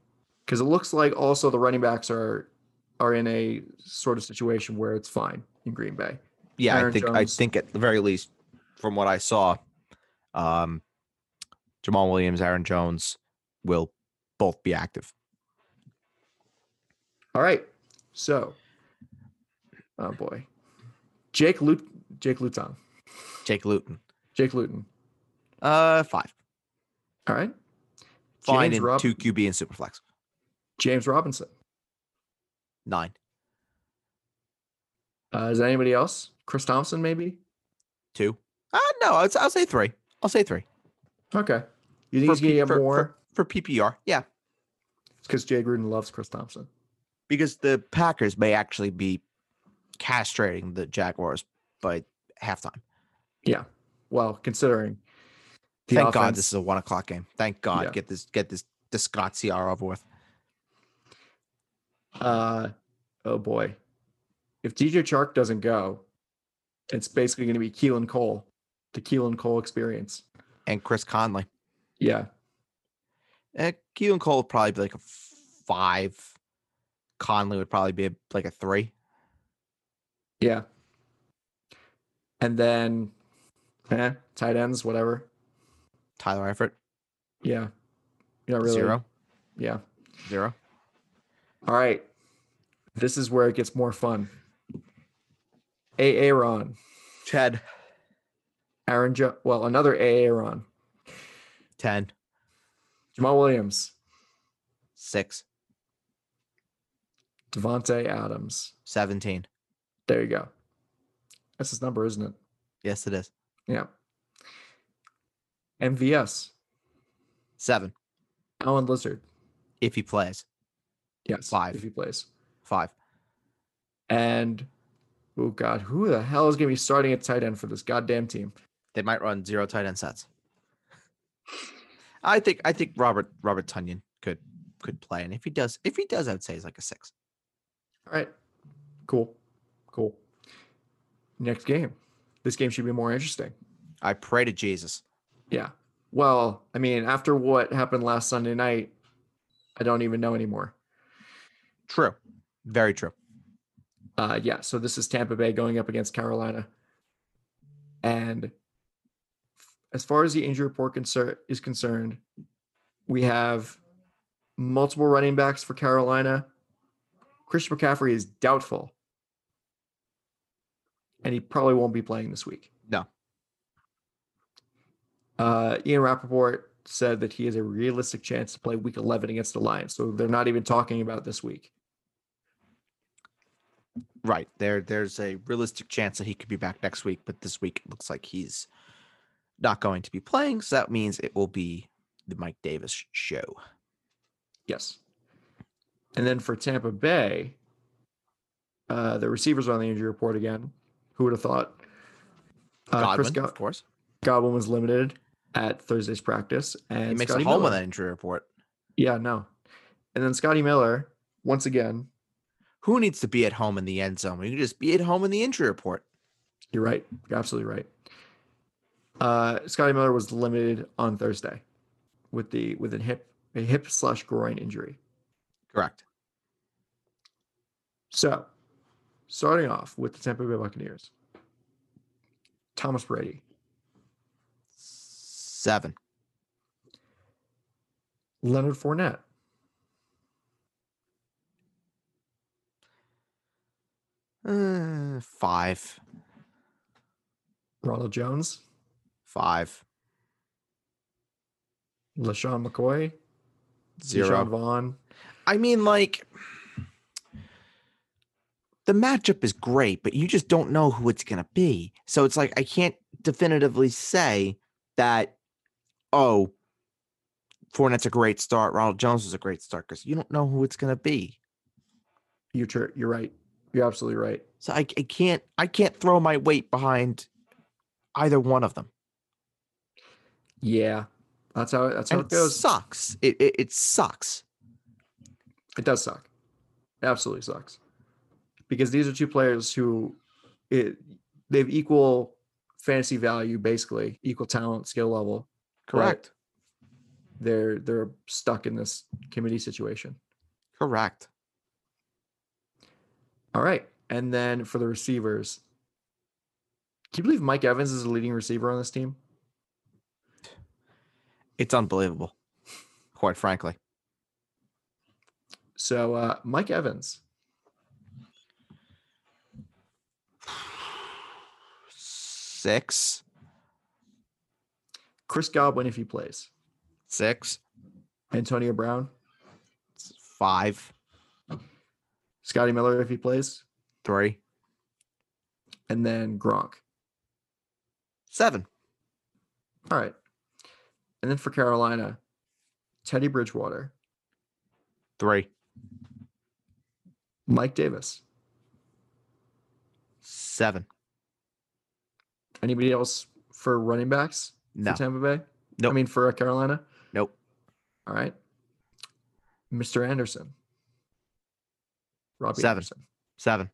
because it looks like also the running backs are are in a sort of situation where it's fine in Green Bay. Yeah, I Aaron think I Jones. think at the very least, from what I saw, um, Jamal Williams, Aaron Jones will both be active. All right. So, oh boy, Jake Lut Jake Luton Jake Luton, Jake Luton. uh, five, All right. fine, James in Rob- two QB and superflex, James Robinson. nine, Uh, is there anybody else? Chris Thompson, maybe. two. Uh, no, I'll, I'll say three. I'll say three. Okay. You think he's P- gonna get for- more? for PPR. Yeah, Because Jay Gruden loves Chris Thompson. because the Packers may actually be castrating the Jaguars by halftime. Well, considering the Thank God offense- this is a one o'clock game. Thank God Yeah. get this get this this Scott CR over with. Uh, oh boy. If DJ Chark doesn't go, it's basically going to be Keelan Cole, the Keelan Cole experience. And Chris Conley. Yeah. Eh, Keelan Cole would probably be like a five. Conley would probably be a, like a three. Yeah. And then eh, tight ends, whatever. Tyler Effort. Yeah. You're not really. Zero. Yeah. Zero. All right. This is where it gets more fun. Aaron, Chad. Aaron, jo- well, another Aaron, Ten. Jamal Williams, Six. Devontae Adams. Seventeen. There you go. That's his number, isn't it? Yes, it is. Yeah. MVS, Seven. Alan Lizard. If he plays. Yes. Five. If he plays. Five. And oh god, who the hell is gonna be starting at tight end for this goddamn team? They might run zero tight end sets. I think I think Robert Robert Tunyon could could play. And if he does, if he does, I would say he's like a six. All right. Cool. Cool. Next game. This game should be more interesting. I pray to Jesus. Yeah. Well, I mean, after what happened last Sunday night, I don't even know anymore. True. Very true. Uh, yeah. So this is Tampa Bay going up against Carolina. And as far as the injury report concer- is concerned, we have multiple running backs for Carolina. Christian McCaffrey is doubtful. And he probably won't be playing this week. No. Uh, Ian Rappaport said that he has a realistic chance to play week 11 against the Lions. So they're not even talking about this week. Right. There there's a realistic chance that he could be back next week, but this week it looks like he's not going to be playing. So that means it will be the Mike Davis sh- show. Yes. And then for Tampa Bay, uh, the receivers are on the injury report again. Who would have thought? Uh, Chris Godwin, Go- of course. Godwin was limited at Thursday's practice, and He makes Scotty a home Miller. on that injury report. Yeah, no. And then Scotty Miller, once again, Who needs to be at home in the end zone? You can just be at home in the injury report. you're right. You're absolutely right. Uh, Scotty Miller was limited on Thursday with the with a hip a hip slash groin injury. Correct. So, starting off with the Tampa Bay Buccaneers, Thomas Brady, Seven. Leonard Fournette, Uh, five. Ronald Jones, Five. LaShawn McCoy, Zero. Deshaun Vaughn. I mean, like the matchup is great, but you just don't know who it's gonna be. So it's like I can't definitively say that. Oh, Fournette's a great start. Ronald Jones is a great start because you don't know who it's gonna be. You're tr- you're right. You're absolutely right. So I, I can't I can't throw my weight behind either one of them. Yeah, that's how that's how And it it goes. sucks. It, it it sucks. It does suck. It absolutely sucks. Because these are two players who it they have equal fantasy value, basically, equal talent, skill level. Correct. They're they're stuck in this committee situation. Correct. All right. And then for the receivers. Can you believe Mike Evans is the leading receiver on this team? It's unbelievable. Quite frankly. So uh, Mike Evans, Six. Chris Godwin if he plays, Six. Antonio Brown, Five. Scotty Miller if he plays, Three. and then Gronk. Seven. All right. And then for Carolina, Teddy Bridgewater, Three. Mike Davis. Seven. Anybody else for running backs No. for Tampa Bay? I Nope. mean for uh, Carolina. Nope. All right. Mr. Anderson. Robbie Seven. Anderson. Seven.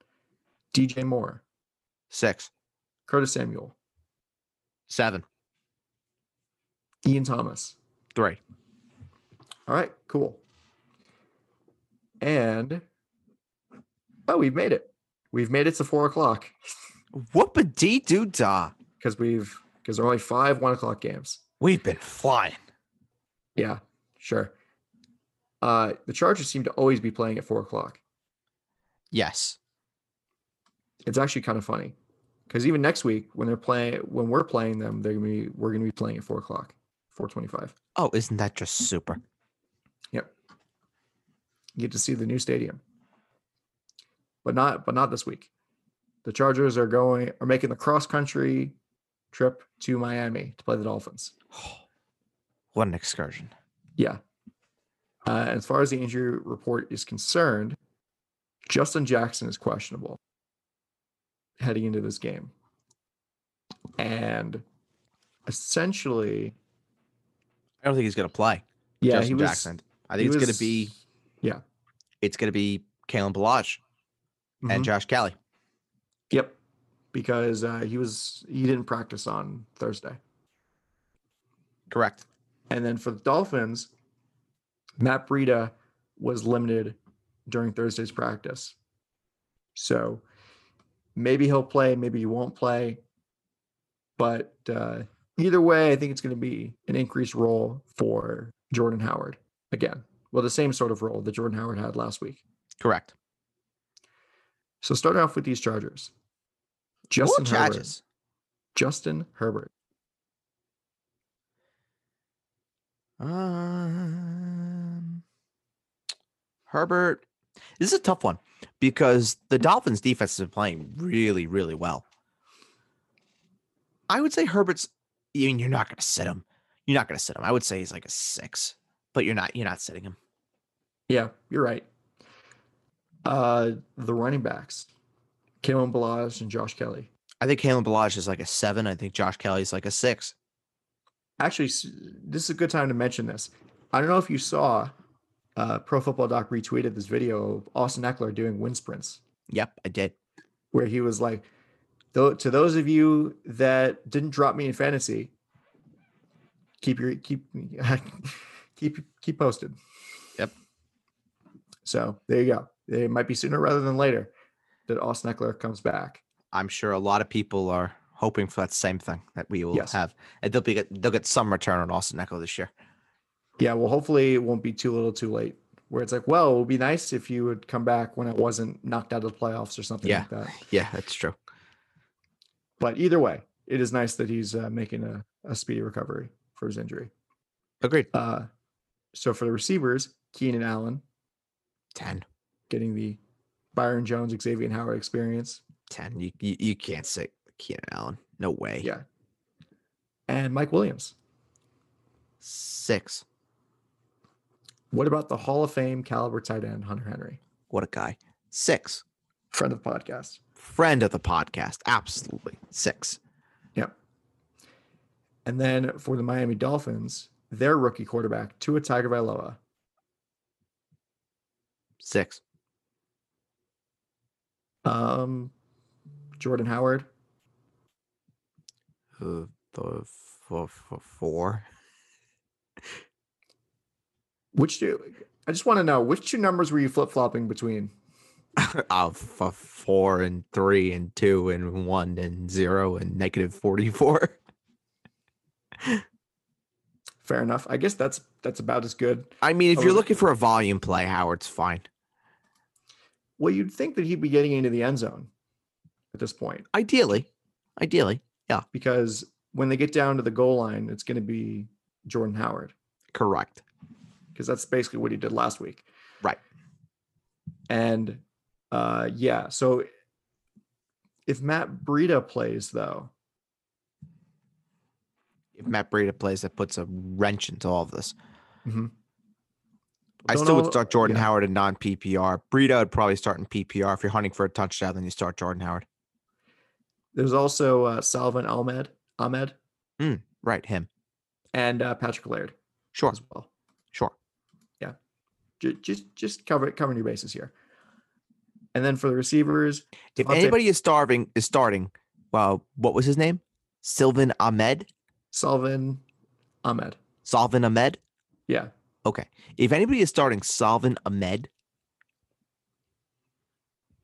DJ Moore. Six. Curtis Samuel. Seven. Ian Thomas. Three. All right, cool. And oh, we've made it. We've made it to four o'clock Whoop a dee doo da. because we've because there are only five one o'clock games. We've been flying. Yeah, sure. Uh, the Chargers seem to always be playing at four o'clock. Yes. It's actually kind of funny because even next week when they're playing, when we're playing them, they're gonna be we're gonna be playing at four o'clock, four twenty-five. Oh, isn't that just super? You get to see the new stadium, but not but not this week. The Chargers are going are making the cross-country trip to Miami to play the Dolphins. What an excursion. Yeah. Uh, as far as the injury report is concerned, Justin Jackson is questionable heading into this game. And essentially, I don't think he's gonna play. yeah, Justin he was Jackson. I He think it's going was- to be yeah. It's going to be Kalen Balaj and Mhm. Josh Callie. Mm-hmm. Yep, because uh, he was he didn't practice on Thursday, Correct. and then for the Dolphins, Matt Breida was limited during Thursday's practice, so maybe he'll play, maybe he won't play, but uh, either way, I think it's going to be an increased role for Jordan Howard again. Well, the same sort of role that Jordan Howard had last week. Correct. So starting off with these Chargers, Justin Ooh, Herbert. charges. Justin Herbert. Um, Herbert. This is a tough one because the Dolphins defense has been playing really, really well. I would say Herbert's I mean, you're not gonna sit him. You're not gonna sit him. I would say he's like a six, but you're not you're not sitting him. Yeah, you're right. Uh, the running backs, Kalen Balazs and Josh Kelly. I think Kalen Balaj is like a seven. I think Josh Kelly's like a six. Actually, s- this is a good time to mention this. I don't know if you saw, uh, Pro Football Doc retweeted this video of Austin Eckler doing wind sprints, Yep, I did. where he was like, "Though to those of you that didn't drop me in fantasy, keep your keep keep keep posted." Yep. So there you go. It might be sooner rather than later that Austin Eckler comes back. I'm sure a lot of people are hoping for that same thing that we will Yes. have. And they'll be get- they'll get some return on Austin Echo this year. Yeah, well, hopefully it won't be too little too late where it's like, well, it would be nice if you would come back when I wasn't knocked out of the playoffs or something Yeah. like that. Yeah, that's true. But either way, it is nice that he's uh, making a, a speedy recovery for his injury. Agreed. Uh, so for the receivers, Keenan Allen Ten. getting the Byron Jones, Xavier Howard experience, 10. You, you, you can't sit Keenan Allen. No way. Yeah. and Mike Williams. Six. What about the Hall of Fame caliber tight end, Hunter Henry, What a guy. Six. friend of the podcast? Friend of the podcast. Absolutely. Six. And then for the Miami Dolphins, their rookie quarterback, Tua Tagovailoa, Six. um, Jordan Howard, Uh, the four. four. Which two? I just want to know which two numbers were you flip flopping between? uh, f- four and three and two and one and zero and negative 44. Fair enough. I guess that's that's about as good. I mean, if Oh, you're the- looking for a volume play, Howard's fine. Well, you'd think that he'd be getting into the end zone at this point Ideally. Ideally. because when they get down to the goal line, it's going to be Jordan Howard Correct. because that's basically what he did last week. Right. And uh yeah, so if Matt Breida plays though, If Matt Breida plays, that puts a wrench into all of this. I don't still know- would start Jordan yeah. Howard in non PPR. Breida would probably start in PPR. If you're hunting for a touchdown, then you start Jordan Howard. There's also uh, Salvin Ahmed, Ahmed, Right, him. and uh, Patrick Laird Sure, as well. sure. just just just cover covering your bases here. And then for the receivers, If Devontae- anybody is starving, is starting. Well, what was his name? Sylvan Ahmed. Salvin Ahmed. Salvin Ahmed. Yeah. Okay. If anybody is starting Salvin Ahmed,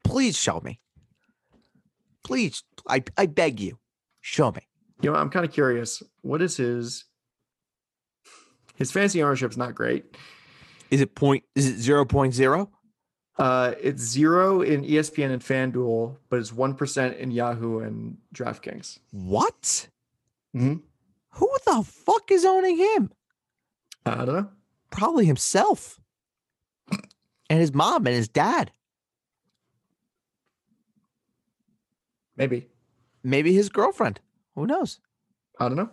please show me. Please, I, I beg you, show me. You know, I'm kind of curious. What is his his fantasy ownership's not great. Is it point? Is it zero point zero? Uh it's zero in E ESPN and FanDuel, but it's one percent in Yahoo and DraftKings. What? Mhm. Who the fuck is owning him? I don't know. probably himself and his mom and his dad. Maybe. Maybe his girlfriend. Who knows? I don't know.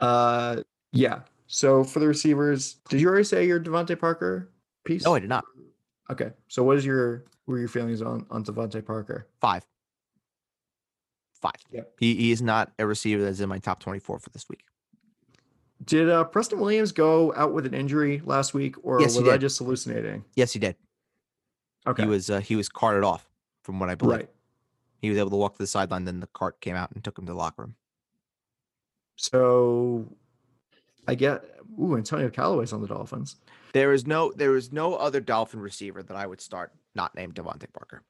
Uh yeah. So for the receivers, did you already say your Devontae Parker piece? No, Oh, I did not. Okay. So what is your what were your feelings on on Devontae Parker? Five. Five. Yep. He, he is not a receiver that's in my top 24 for this week. Did uh, Preston Williams go out with an injury last week, or Yes, he was I did. just hallucinating? Yes, he did. Okay, He was uh, he was carted off, from what I believe. right. He was able to walk to the sideline. Then the cart came out and took him to the locker room. So I get. Ooh, Antonio Callaway's on the Dolphins. There is no there is no other Dolphin receiver that I would start not named Devontae Parker.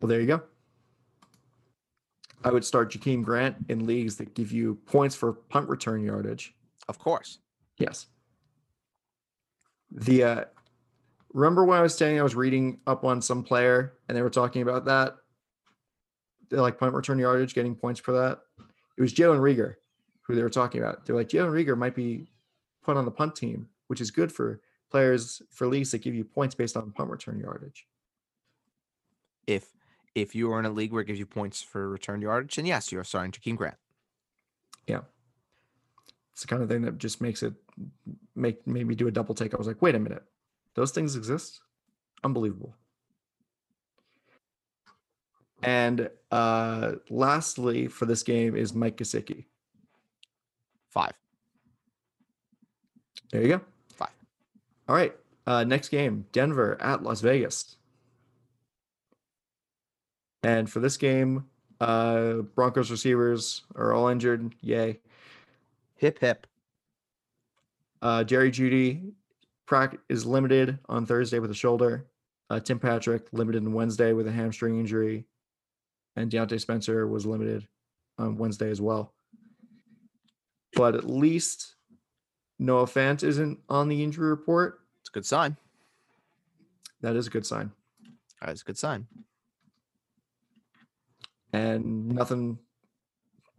Well, there you go. I would start Jakeem Grant in leagues that give you points for punt return yardage. Of course. Yes. The uh remember when I was saying I was reading up on some player and they were talking about that? They like punt return yardage, getting points for that. It was Jalen Rieger who they were talking about. They're like, Jalen Rieger might be put on the punt team, which is good for players for leagues that give you points based on punt return yardage. If if you are in a league where it gives you points for return yardage, then yes, you are starting Jakeem Grant. It's the kind of thing that just makes it make made me do a double take. I was like, wait a minute, those things exist? Unbelievable. And uh lastly for this game is Mike Kosicki. Five. There you go. Five. All right. Uh next game, Denver at Las Vegas. And for this game, uh Broncos receivers are all injured. Yay. Hip hip. Uh, Jerry Judy prac- is limited on Thursday with a shoulder. Uh, Tim Patrick limited on Wednesday with a hamstring injury, and Deontay Spencer was limited on Wednesday as well. But at least Noah Fant isn't on the injury report. It's a good sign. That is a good sign. That is a good sign. and nothing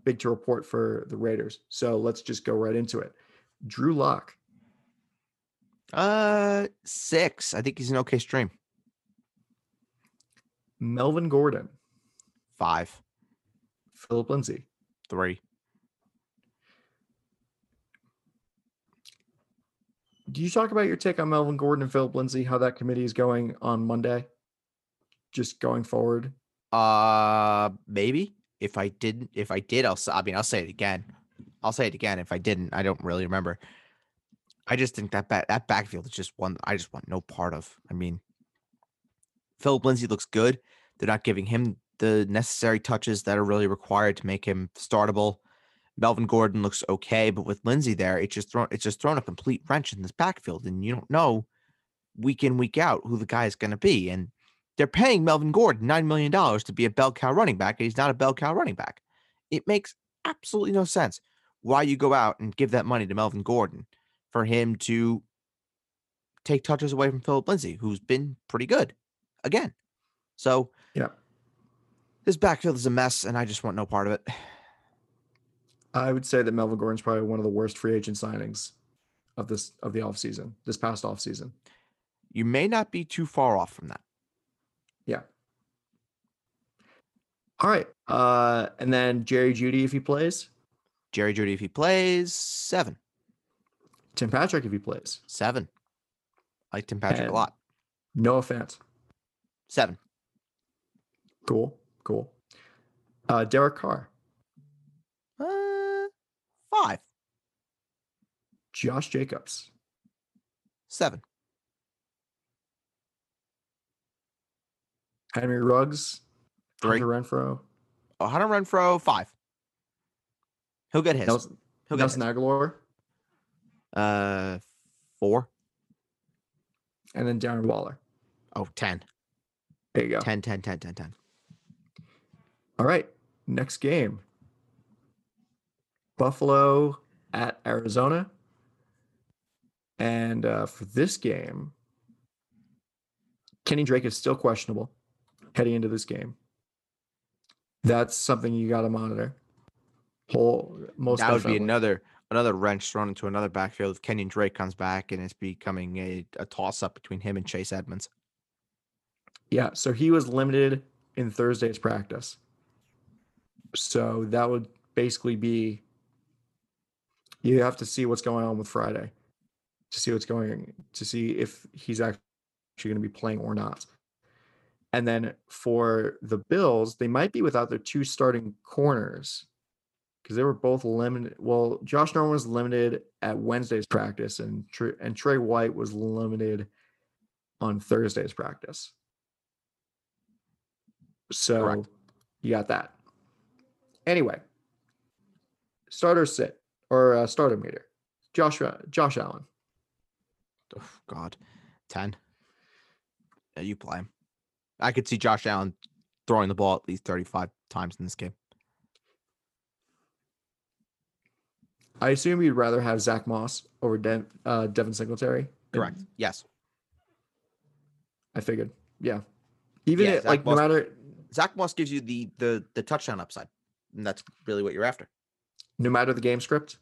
big to report for the Raiders. So let's just go right into it. Drew Lock. Uh six. I think he's an okay stream. Melvin Gordon, Five. Philip Lindsay, Three. Do you talk about your take on Melvin Gordon and Philip Lindsay, how that committee is going on Monday? Just going forward. Uh maybe. If I didn't if I did, I'll s- I mean I'll say it again. I'll say it again. If I didn't, I don't really remember. I just think that back, that backfield is just one I just want no part of. I mean, Philip Lindsay looks good. They're not giving him the necessary touches that are really required to make him startable. Melvin Gordon looks okay, but with Lindsay there, it's just thrown it's just thrown a complete wrench in this backfield, and you don't know week in week out who the guy is going to be. And they're paying Melvin Gordon nine million dollars to be a bell cow running back, and he's not a bell cow running back. It makes absolutely no sense why you go out and give that money to Melvin Gordon for him to take touches away from Philip Lindsay, who's been pretty good again. So Yeah. this backfield is a mess, and I just want no part of it. I would say that Melvin Gordon's probably one of the worst free agent signings of this of the offseason, this past offseason. You may not be too far off from that. All right. Uh, and then Jerry Judy if he plays, Jerry Judy, if he plays, seven, Tim Patrick if he plays, seven. I like Tim Patrick And- a lot. no offense. Seven, Cool, cool. Uh, Derek Carr, uh, five, Josh Jacobs, seven, Henry Ruggs, three. Hunter Renfro, Oh, Hunter Renfro, five. He'll get his. Nelson, He'll get his. Nelson Aguilar, Uh, four. and then Darren Waller. Oh, 10. There you go. 10, 10, 10, 10, 10. All right. Next game. Buffalo at Arizona. And uh, for this game, Kenny Drake is still questionable heading into this game. That's something you got to monitor. Whole most that would be definitely. another another wrench thrown into another backfield if Kenyon Drake comes back and it's becoming a, a toss up between him and Chase Edmonds. Yeah, so he was limited in Thursday's practice. So that would basically be you have to see what's going on with Friday to see what's going to see if he's actually going to be playing or not. And then for the Bills, they might be without their two starting corners because they were both limited. Well, Josh Norman was limited at Wednesday's practice, and Trey, and Trey White was limited on Thursday's practice. So Correct. you got that. Anyway, starter sit or uh, starter meter. Joshua Josh Allen. Oh, God, ten. Yeah, you play him. I could see Josh Allen throwing the ball at least thirty-five times in this game. I assume you'd rather have Zach Moss over Dev, uh, Devin Singletary. Correct. Yes. I figured. Yeah. Even Yeah, if, Zach like no Moss- matter Zach Moss gives you the the the touchdown upside, and that's really what you're after. no matter the game script.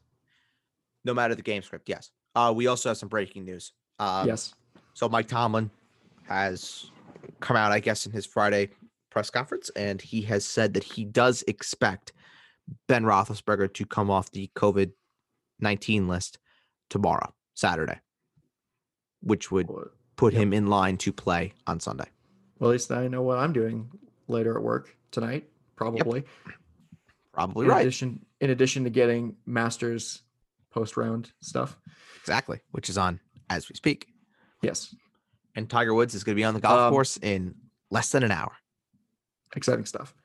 No matter the game script, yes. Uh, we also have some breaking news. Uh, yes. So Mike Tomlin has come out, I guess, in his Friday press conference, and he has said that he does expect Ben Roethlisberger to come off the COVID nineteen list tomorrow, Saturday, which would Well, put Yep. him in line to play on Sunday. at least I know what I'm doing later at work tonight, probably. Probably In right. addition, in addition to getting masters post round stuff. Exactly, which is on as we speak. Yes. And Tiger Woods is going to be on the golf Um, course in less than an hour. Exciting stuff.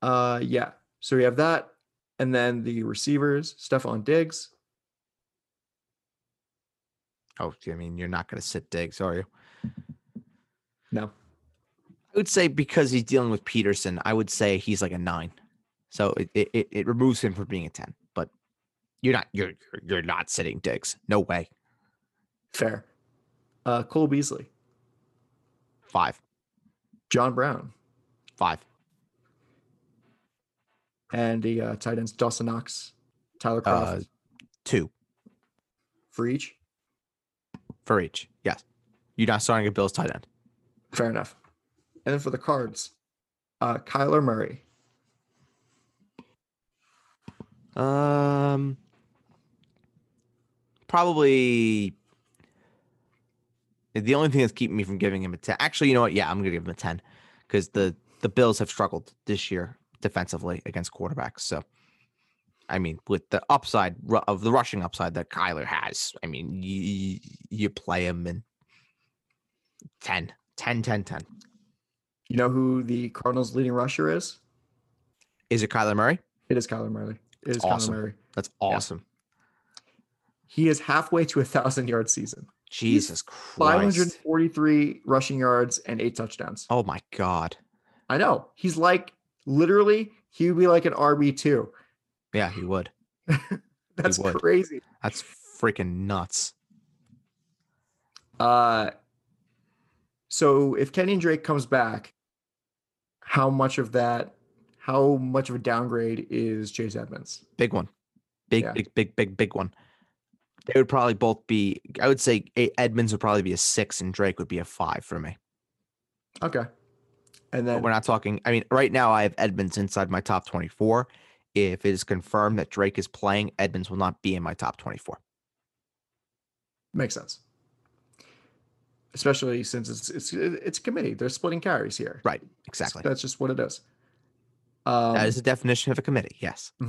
Uh yeah. So we have that. And then the receivers, Stefan Diggs. Oh, I mean, you're not going to sit Diggs, are you? No. I would say because he's dealing with Peterson, I would say he's like a nine. So it it, it, it removes him from being a ten. But you're not you're you're- you're not sitting Diggs. No way. Fair. Uh Cole Beasley, Five John Brown, five. and the uh, tight ends Dawson Knox, Tyler Croft Uh, two for each. for each. Yes. You're not starting a Bills tight end. Fair enough. And then for the cards, uh, Kyler Murray, Um, probably the only thing that's keeping me from giving him a ten. Actually, you know what? Yeah, I'm gonna give him a ten because the the Bills have struggled this year defensively against quarterbacks. So, I mean, with the upside ru- of the rushing upside that Kyler has, I mean, you, you play him in 10, 10, 10, 10. You know who the Cardinals' leading rusher is? Is it Kyler Murray? It is Kyler Murray. It is Awesome. Kyler Murray. That's awesome. He is halfway to a thousand yard season. Jesus Five Christ! hundred forty-three rushing yards and eight touchdowns. oh my God! I know he's like literally he would be like an RB two. Yeah, he would. That's would. crazy. That's freaking nuts. Uh, so if Kenyon Drake comes back, how much of that? How much of a downgrade is Chase Edmonds? Big one. Big, Yeah. big, big, big, big one. They would probably both be, I would say E- Edmonds would probably be a six and Drake would be a five for me. Okay, and But then we're not talking, I mean, right now I have Edmonds inside my top 24. If it is confirmed that Drake is playing, Edmonds will not be in my top 24. Makes sense. Especially since it's it's it's a committee. They're splitting carries here. Right. Exactly. That's just what it is. Um, mm-hmm. that is the definition of a committee. Yes.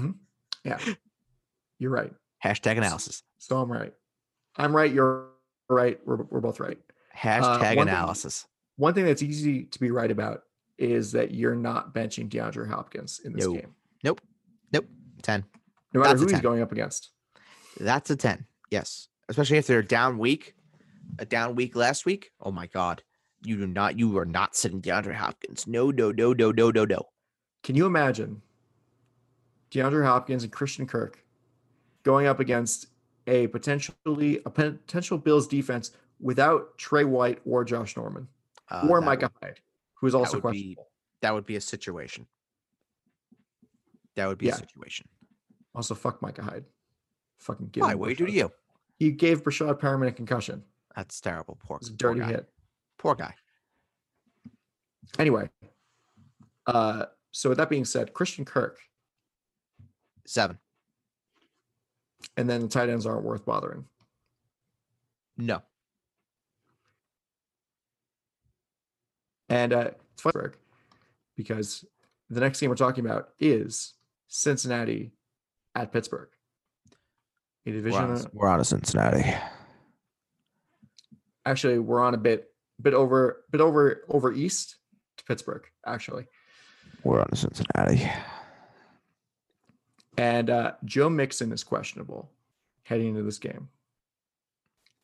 you're right. Hashtag analysis. So I'm right. I'm right. You're right. We're, we're both right. uh, one Hashtag thing- analysis. One thing that's easy to be right about is that you're not benching DeAndre Hopkins in this No. game, 10. no matter That's a who he's 10. going up against. That's a 10. Yes. Especially if they're down week, a down week last week. Oh my God. You do not, you are not sitting DeAndre Hopkins. No, no, no, no, no, no, no. Can you imagine DeAndre Hopkins and Christian Kirk going up against a potentially a potential Bills defense without Trey White or Josh Norman? Uh, or that Micah would- Hyde, who is that also would be- questionable. that would be a situation. That would be Yeah. a situation. Also, fuck Micah Hyde. Fucking give Why? him What do you do to Brashad- you? He gave Brashad Perriman a concussion. That's terrible. Poor, It's a poor dirty guy. hit. Poor guy. Anyway, uh, so with that being said, Christian Kirk Seven. and then the tight ends aren't worth bothering. No. And uh, it's funny Kirk, because the next game we're talking about is Cincinnati at Pittsburgh. A We're division. uh, on, a- we're on a Cincinnati. Actually, we're on a bit, bit over, bit over, over east to Pittsburgh. Actually, We're on a Cincinnati. And uh, Joe Mixon is questionable heading into this game.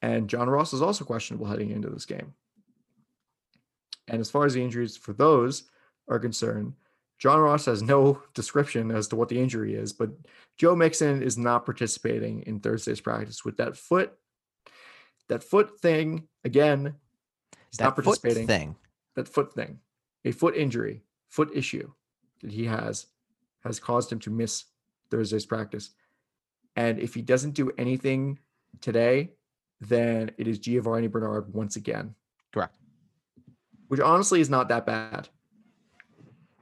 And John Ross is also questionable heading into this game. And as far as the injuries for those are concerned, John Ross has no description as to what the injury is, but Joe Mixon is not participating in Thursday's practice with that foot. That foot thing again. He's not foot participating thing. that foot thing, a foot injury, foot issue that he has, has caused him to miss Thursday's practice. And if he doesn't do anything today, then it is Giovanni Bernard once again, Correct. which honestly is not that bad.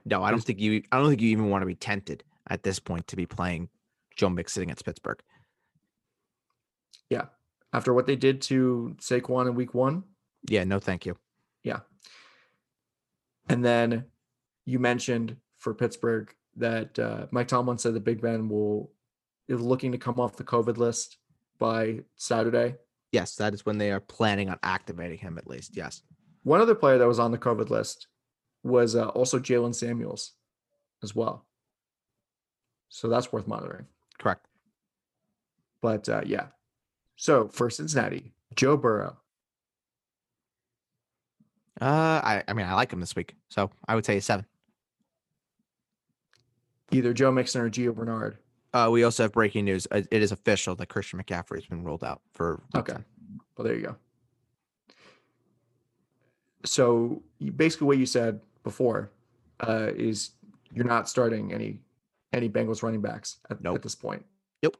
No, I don't There's- think you. I don't think you even want to be tempted at this point to be playing Joe Mix sitting against Pittsburgh. After what they did to Saquon in week one, Yeah, no, thank you. And then you mentioned for Pittsburgh that uh, Mike Tomlin said that Big Ben will is looking to come off the COVID list by Saturday. Yes, that is when they are planning on activating him at least. Yes. One other player that was on the COVID list was uh, also Jalen Samuels as well. So that's worth monitoring. Correct. But uh, yeah. So for Cincinnati, Joe Burrow, Uh, I, I mean, I like him this week, so I would say a seven. either Joe Mixon or Gio Bernard. Uh, we also have breaking news. Uh, It is official that Christian McCaffrey has been ruled out for. week Okay. 10. Well, there you go. So you- basically, what you said before uh, is you're not starting any any Bengals running backs at, Nope. at this point. Yep.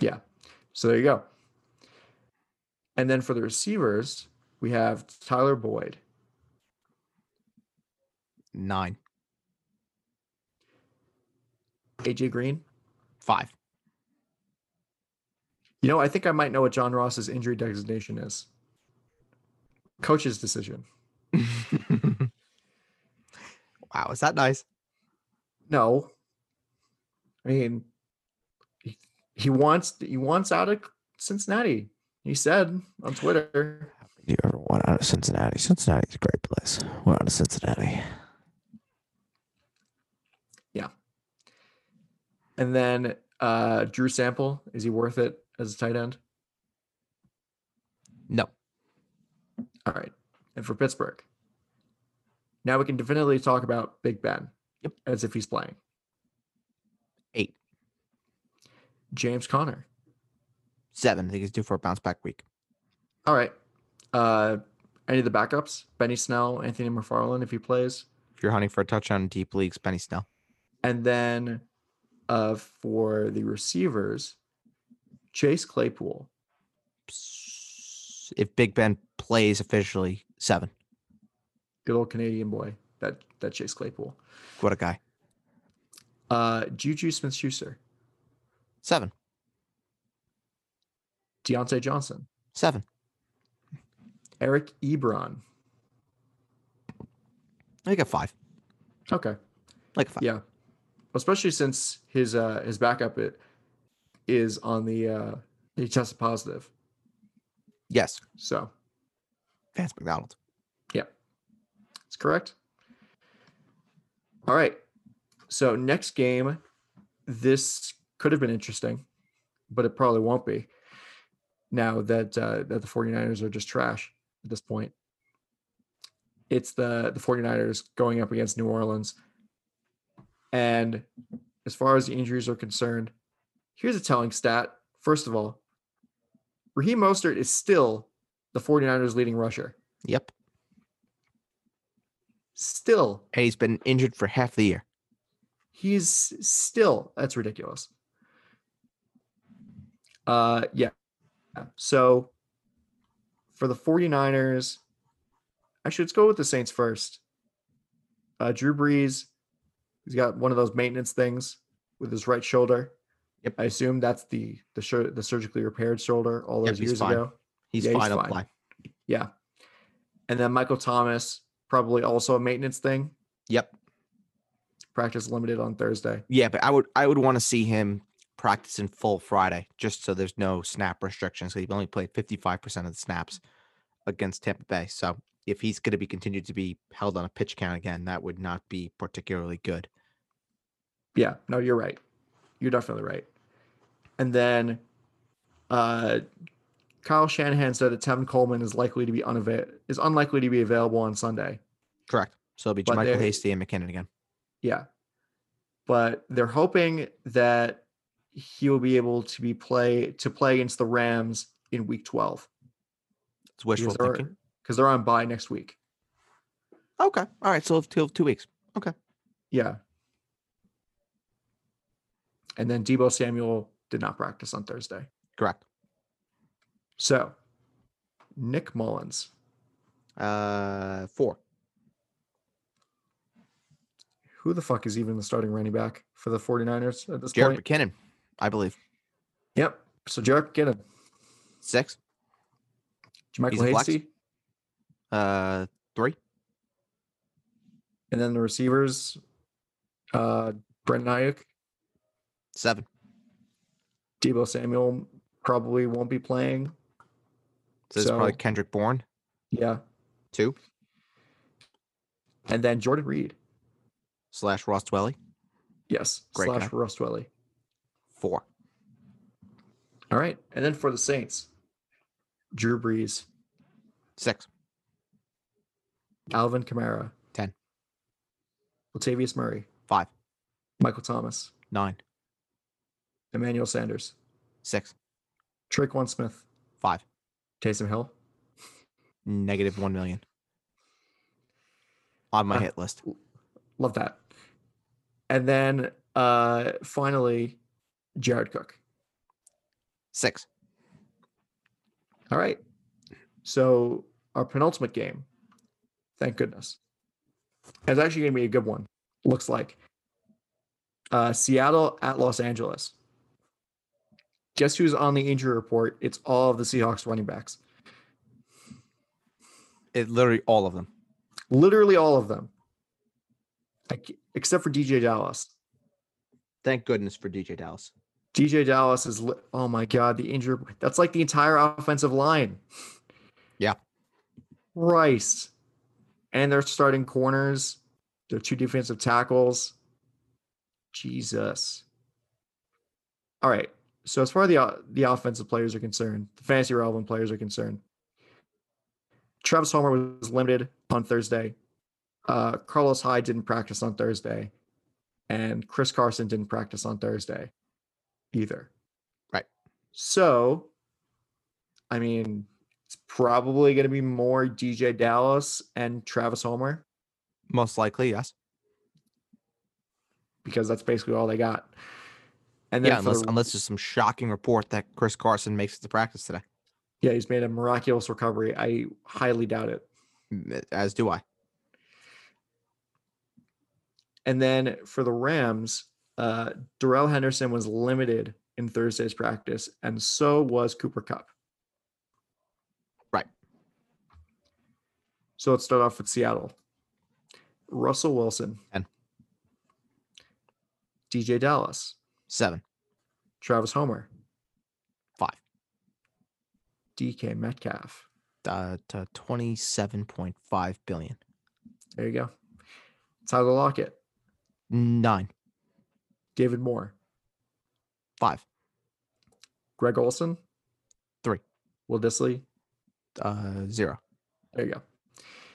Yeah. So there you go. And then for the receivers, we have Tyler Boyd, Nine, AJ Green. five. You know, I think I might know what John Ross's injury designation is. Coach's decision. wow, is that nice? No. I mean, he, he wants he wants out of Cincinnati. He said on Twitter. Do you ever want out of Cincinnati? Cincinnati's a great place. We're out of Cincinnati. And then uh Drew Sample, is he worth it as a tight end? No, All right. And for Pittsburgh. Now we can definitively talk about Big Ben. Yep. As if he's playing. Eight. James Conner. seven. I think he's due for a bounce back week. All right. Uh any of the backups? Benny Snell, Anthony McFarland if he plays. If you're hunting for a touchdown in deep leagues, Benny Snell. And then uh, for the receivers, Chase Claypool. Psst. If Big Ben plays officially, seven. Good old Canadian boy, that that Chase Claypool. What a guy. Uh, Juju Smith Schuster, Seven, Deontay Johnson, seven. Eric Ebron. Like a five. Okay. Like a five. Yeah. Especially since his uh his backup it is on the uh he tested positive. Yes, So Vance McDonald. That's correct. All right. So next game, this could have been interesting, but it probably won't be. Now that uh, that the 49ers are just trash at this point. It's the the 49ers going up against New Orleans. And as far as the injuries are concerned, here's a telling stat. First of all, Raheem Mostert is still the 49ers leading rusher. Yep. Still And he's been injured for half the year. he's still that's ridiculous uh yeah so for the 49ers actually let's go with the saints first uh drew brees he's got one of those maintenance things with his right shoulder Yep. i assume that's the the, sur- the surgically repaired shoulder all Yep, those he's years fine. ago He's Yeah, he's fine up fine. line. yeah and then michael thomas probably also a maintenance thing Yep. practice limited on Thursday. Yeah, but I would I would want to see him practice in full Friday just so there's no snap restrictions. He only played 55% of the snaps against Tampa Bay. So if he's going to be continued to be held on a pitch count again, that would not be particularly good. Yeah, no, you're right. You're definitely right. And then uh, Kyle Shanahan said that Tevin Coleman is likely to be unavail is unlikely to be available on Sunday. Correct. So it'll be But Michael there- Hasty and McKinnon again. Yeah. But they're hoping that he'll be able to be play to play against the Rams in week 12 It's wishful because they're, thinking. because they're on bye next week. Okay. All right. So we'll have two, two weeks. Yeah. And then Debo Samuel did not practice on Thursday. Correct. So Nick Mullins, Uh, four. who the fuck is even the starting running back for the 49ers at this Jared point? McKinnon, I believe. Yep. So Jared McKinnon, Six. Michael a flex. Hasty, Uh, three. and then the receivers, uh, Brenton Ayuk, Seven. Debo Samuel probably won't be playing. So, it's probably So- Kendrick Bourne. Yeah. Two. And then Jordan Reed. Slash Ross Dwelly. Yes. Great slash guy. Russ Welly. Four. All right. And then for the Saints, Drew Brees, Six. Alvin Kamara. 10. Latavius Murray. Five. Michael Thomas. Nine. Emmanuel Sanders. Six. Traquan Smith. Five. Taysom Hill. Negative one million. On my Uh, hit list. Love that. And then uh finally, Jared Cook. Six. All right. So our penultimate game, thank goodness, is actually going to be a good one. Looks like uh, Seattle at Los Angeles. Guess who's on the injury report? It's all of the Seahawks running backs, It literally all of them. literally all of them, Like, except for DJ Dallas. Thank goodness for DJ Dallas. DJ Dallas is li- oh my god, the injury. That's like the entire offensive line. Yeah. Christ. And they're starting corners. They're two defensive tackles. Jesus. All right. So as far as the o- the offensive players are concerned, the fantasy relevant players are concerned, Travis Homer was limited on Thursday. Uh, Carlos Hyde didn't practice on Thursday, and Chris Carson didn't practice on Thursday either. Right. So, I mean, it's probably going to be more DJ Dallas and Travis Homer Most likely, yes. because that's basically all they got. And then Yeah, for unless the- unless there's some shocking report that Chris Carson makes it to practice today. yeah, he's made a miraculous recovery. I highly doubt it. M- As do I. And then for the Rams, uh, Darrell Henderson was limited in Thursday's practice, and so was Cooper Cup. Right. So let's start off with Seattle. Russell Wilson. Ten. DJ Dallas. Seven. Travis Homer. Five. DK Metcalf. Uh, to 27.5 billion. There you go. Tyler Lockett. Nine. David Moore. Five. Greg Olson. Three. Will Disley. Uh, zero. There you go.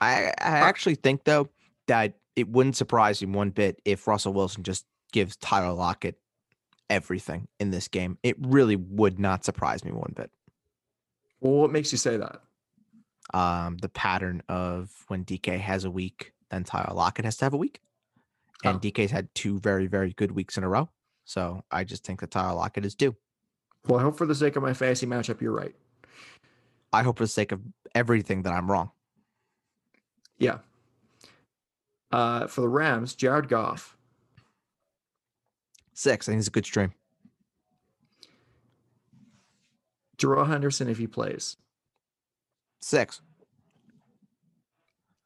I, I actually think though that it wouldn't surprise me one bit if Russell Wilson just gives Tyler Lockett everything in this game. It really would not surprise me one bit. Well, what makes you say that? Um, the pattern of when DK has a week, then Tyler Lockett has to have a week, and Oh. DK's had two very very good weeks in a row. So I just think that Tyler Lockett is due. Well, I hope for the sake of my fantasy matchup, you're right. I hope for the sake of everything that I'm wrong. Yeah. Uh, for the Rams, Jared Goff, Six, I think it's a good stream. Darrell Henderson, if he plays, Six,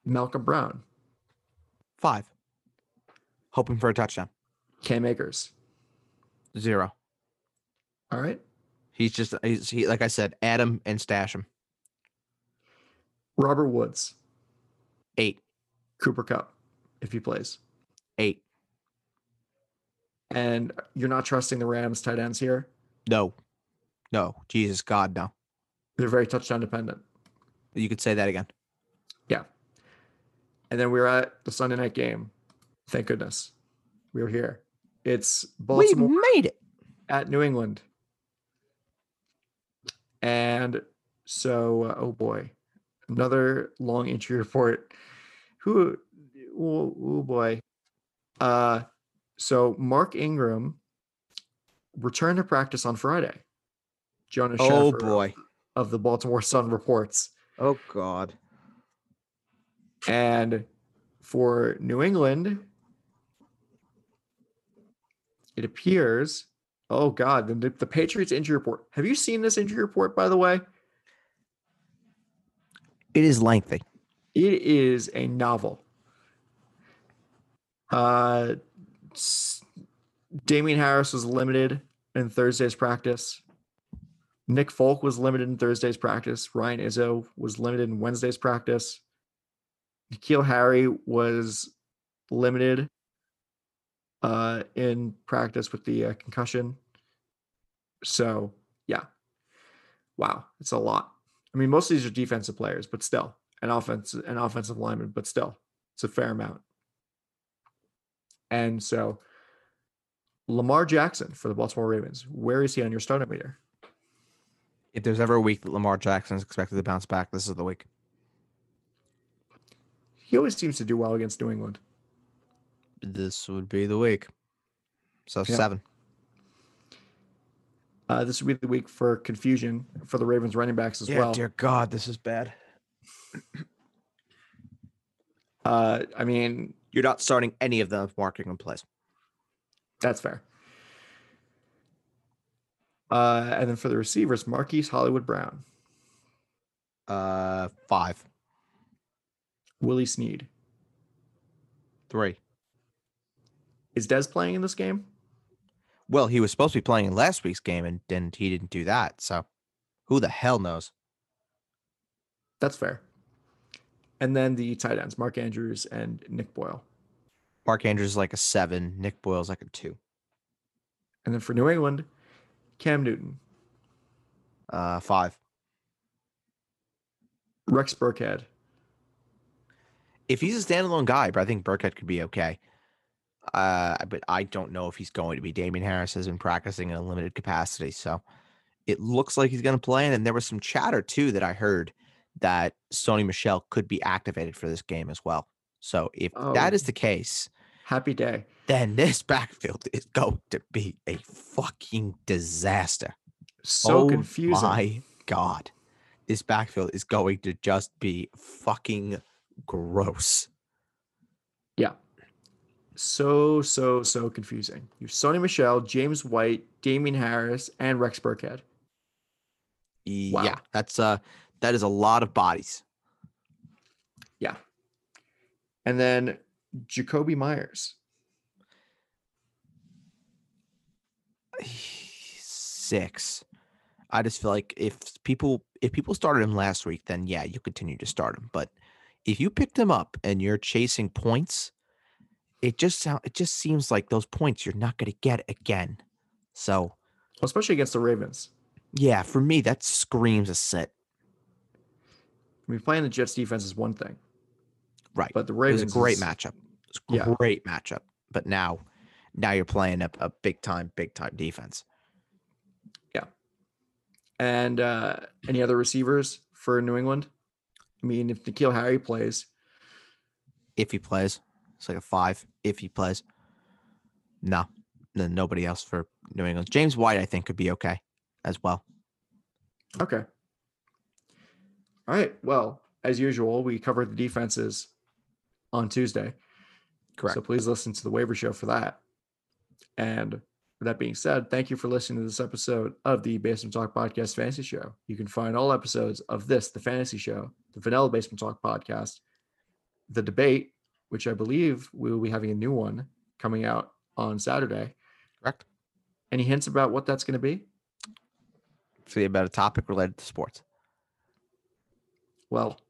Malcolm Brown, five, hoping for a touchdown. Cam Akers. Zero. All right. He's just he's he like I said, add him and stash him. Robert Woods. Eight. Cooper Cup, if he plays. Eight. And you're not trusting the Rams tight ends here. No. No. Jesus God, no. They're very touchdown dependent. You could say that again. And then we were at the Sunday night game. Thank goodness. We were here. It's Baltimore We made it. at New England. And so, uh, oh boy, another long injury report. Who, oh, oh boy. Uh, so, Mark Ingram returned to practice on Friday. Jonas Oh Schaffer boy. of the Baltimore Sun reports. Oh God. And for New England, it appears. Oh God, the, the Patriots injury report. Have you seen this injury report, by the way? It is lengthy. It is a novel. Uh, s- Damian Harris was limited in Thursday's practice. Nick Folk was limited in Thursday's practice. Ryan Izzo was limited in Wednesday's practice. Nikhil Harry was limited uh, in practice with the uh, concussion. So, yeah. Wow, it's a lot. I mean, most of these are defensive players, but still, an offense, an offensive lineman, but still, it's a fair amount. And so, Lamar Jackson for the Baltimore Ravens, where is he on your starting meter? If there's ever a week that Lamar Jackson is expected to bounce back, this is the week. He always seems to do well against New England. This would be the week. So Yeah. seven. Uh, this would be the week for confusion for the Ravens running backs as yeah, well. dear God, this is bad. Uh, I mean, You're not starting any of them if Mark Ingram plays. That's fair. Uh, and then for the receivers, Marquise Hollywood Brown, Uh, five, Willie Sneed. three. Is Des playing in this game? Well, he was supposed to be playing in last week's game, and then he didn't do that. So, who the hell knows? That's fair. And then the tight ends, Mark Andrews and Nick Boyle. Mark Andrews is like a seven. Nick Boyle's like a two. And then for New England, Cam Newton, Uh, five. Rex Burkhead. If he's a standalone guy, but I think Burkhead could be okay. Uh, but I don't know if he's going to be. Damien Harris has been practicing in a limited capacity, so it looks like he's going to play. And then there was some chatter too that I heard that Sony Michelle could be activated for this game as well. So if that Oh. is the case, Happy day. then this backfield is going to be a fucking disaster. So oh confusing. my god. This backfield is going to just be fucking gross. So, so, so confusing. You have Sony Michelle, James White, Damien Harris, and Rex Burkhead. Yeah, Wow. that's uh that is a lot of bodies. And then Jacoby Myers. Six. I just feel like if people if people started him last week, then yeah, you continue to start him. But if you picked him up and you're chasing points, it just sound it just seems like those points you're not gonna get again. So especially against the Ravens. yeah, for me that screams a sit. I mean, playing the Jets defense is one thing, Right. but the It Ravens was a great is- matchup. It's a Yeah. great matchup. But now, now you're playing a, a big time, big time defense. And uh, any other receivers for New England? I mean, if Nikhil Harry plays, If he plays, it's like a five. If he plays, no, then nobody else for New England. James White, I think, could be okay as well. okay. All right. Well, as usual, we covered the defenses on Tuesday. Correct. So please listen to the waiver show for that. And with that being said, thank you for listening to this episode of the Basement Talk Podcast Fantasy Show. You can find all episodes of this, the Fantasy Show, the Vanilla Basement Talk Podcast, the debate, which I believe we will be having a new one coming out on Saturday. Correct. Any hints about what that's going to be? See about a topic related to sports. Well,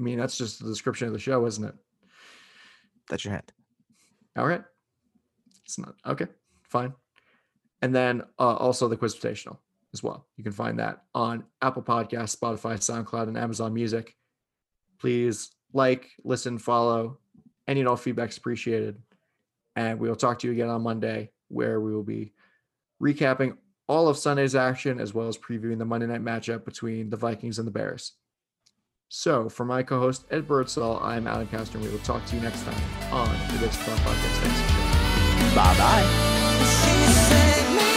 I mean, that's just the description of the show, isn't it? That's your hint. All right. It's not. Okay. Fine. And then uh, also the Quizputational as well. You can find that on Apple Podcasts, Spotify, SoundCloud, and Amazon Music. Please like, listen, follow. Any and all feedback is appreciated. And we will talk to you again on Monday, where we will be recapping all of Sunday's action as well as previewing the Monday night matchup between the Vikings and the Bears. So, for my co host Ed Birdsall, I'm Adam Castor, and we will talk to you next time on the Baseball Podcast. Fantasy Show. Bye bye. She said, "No."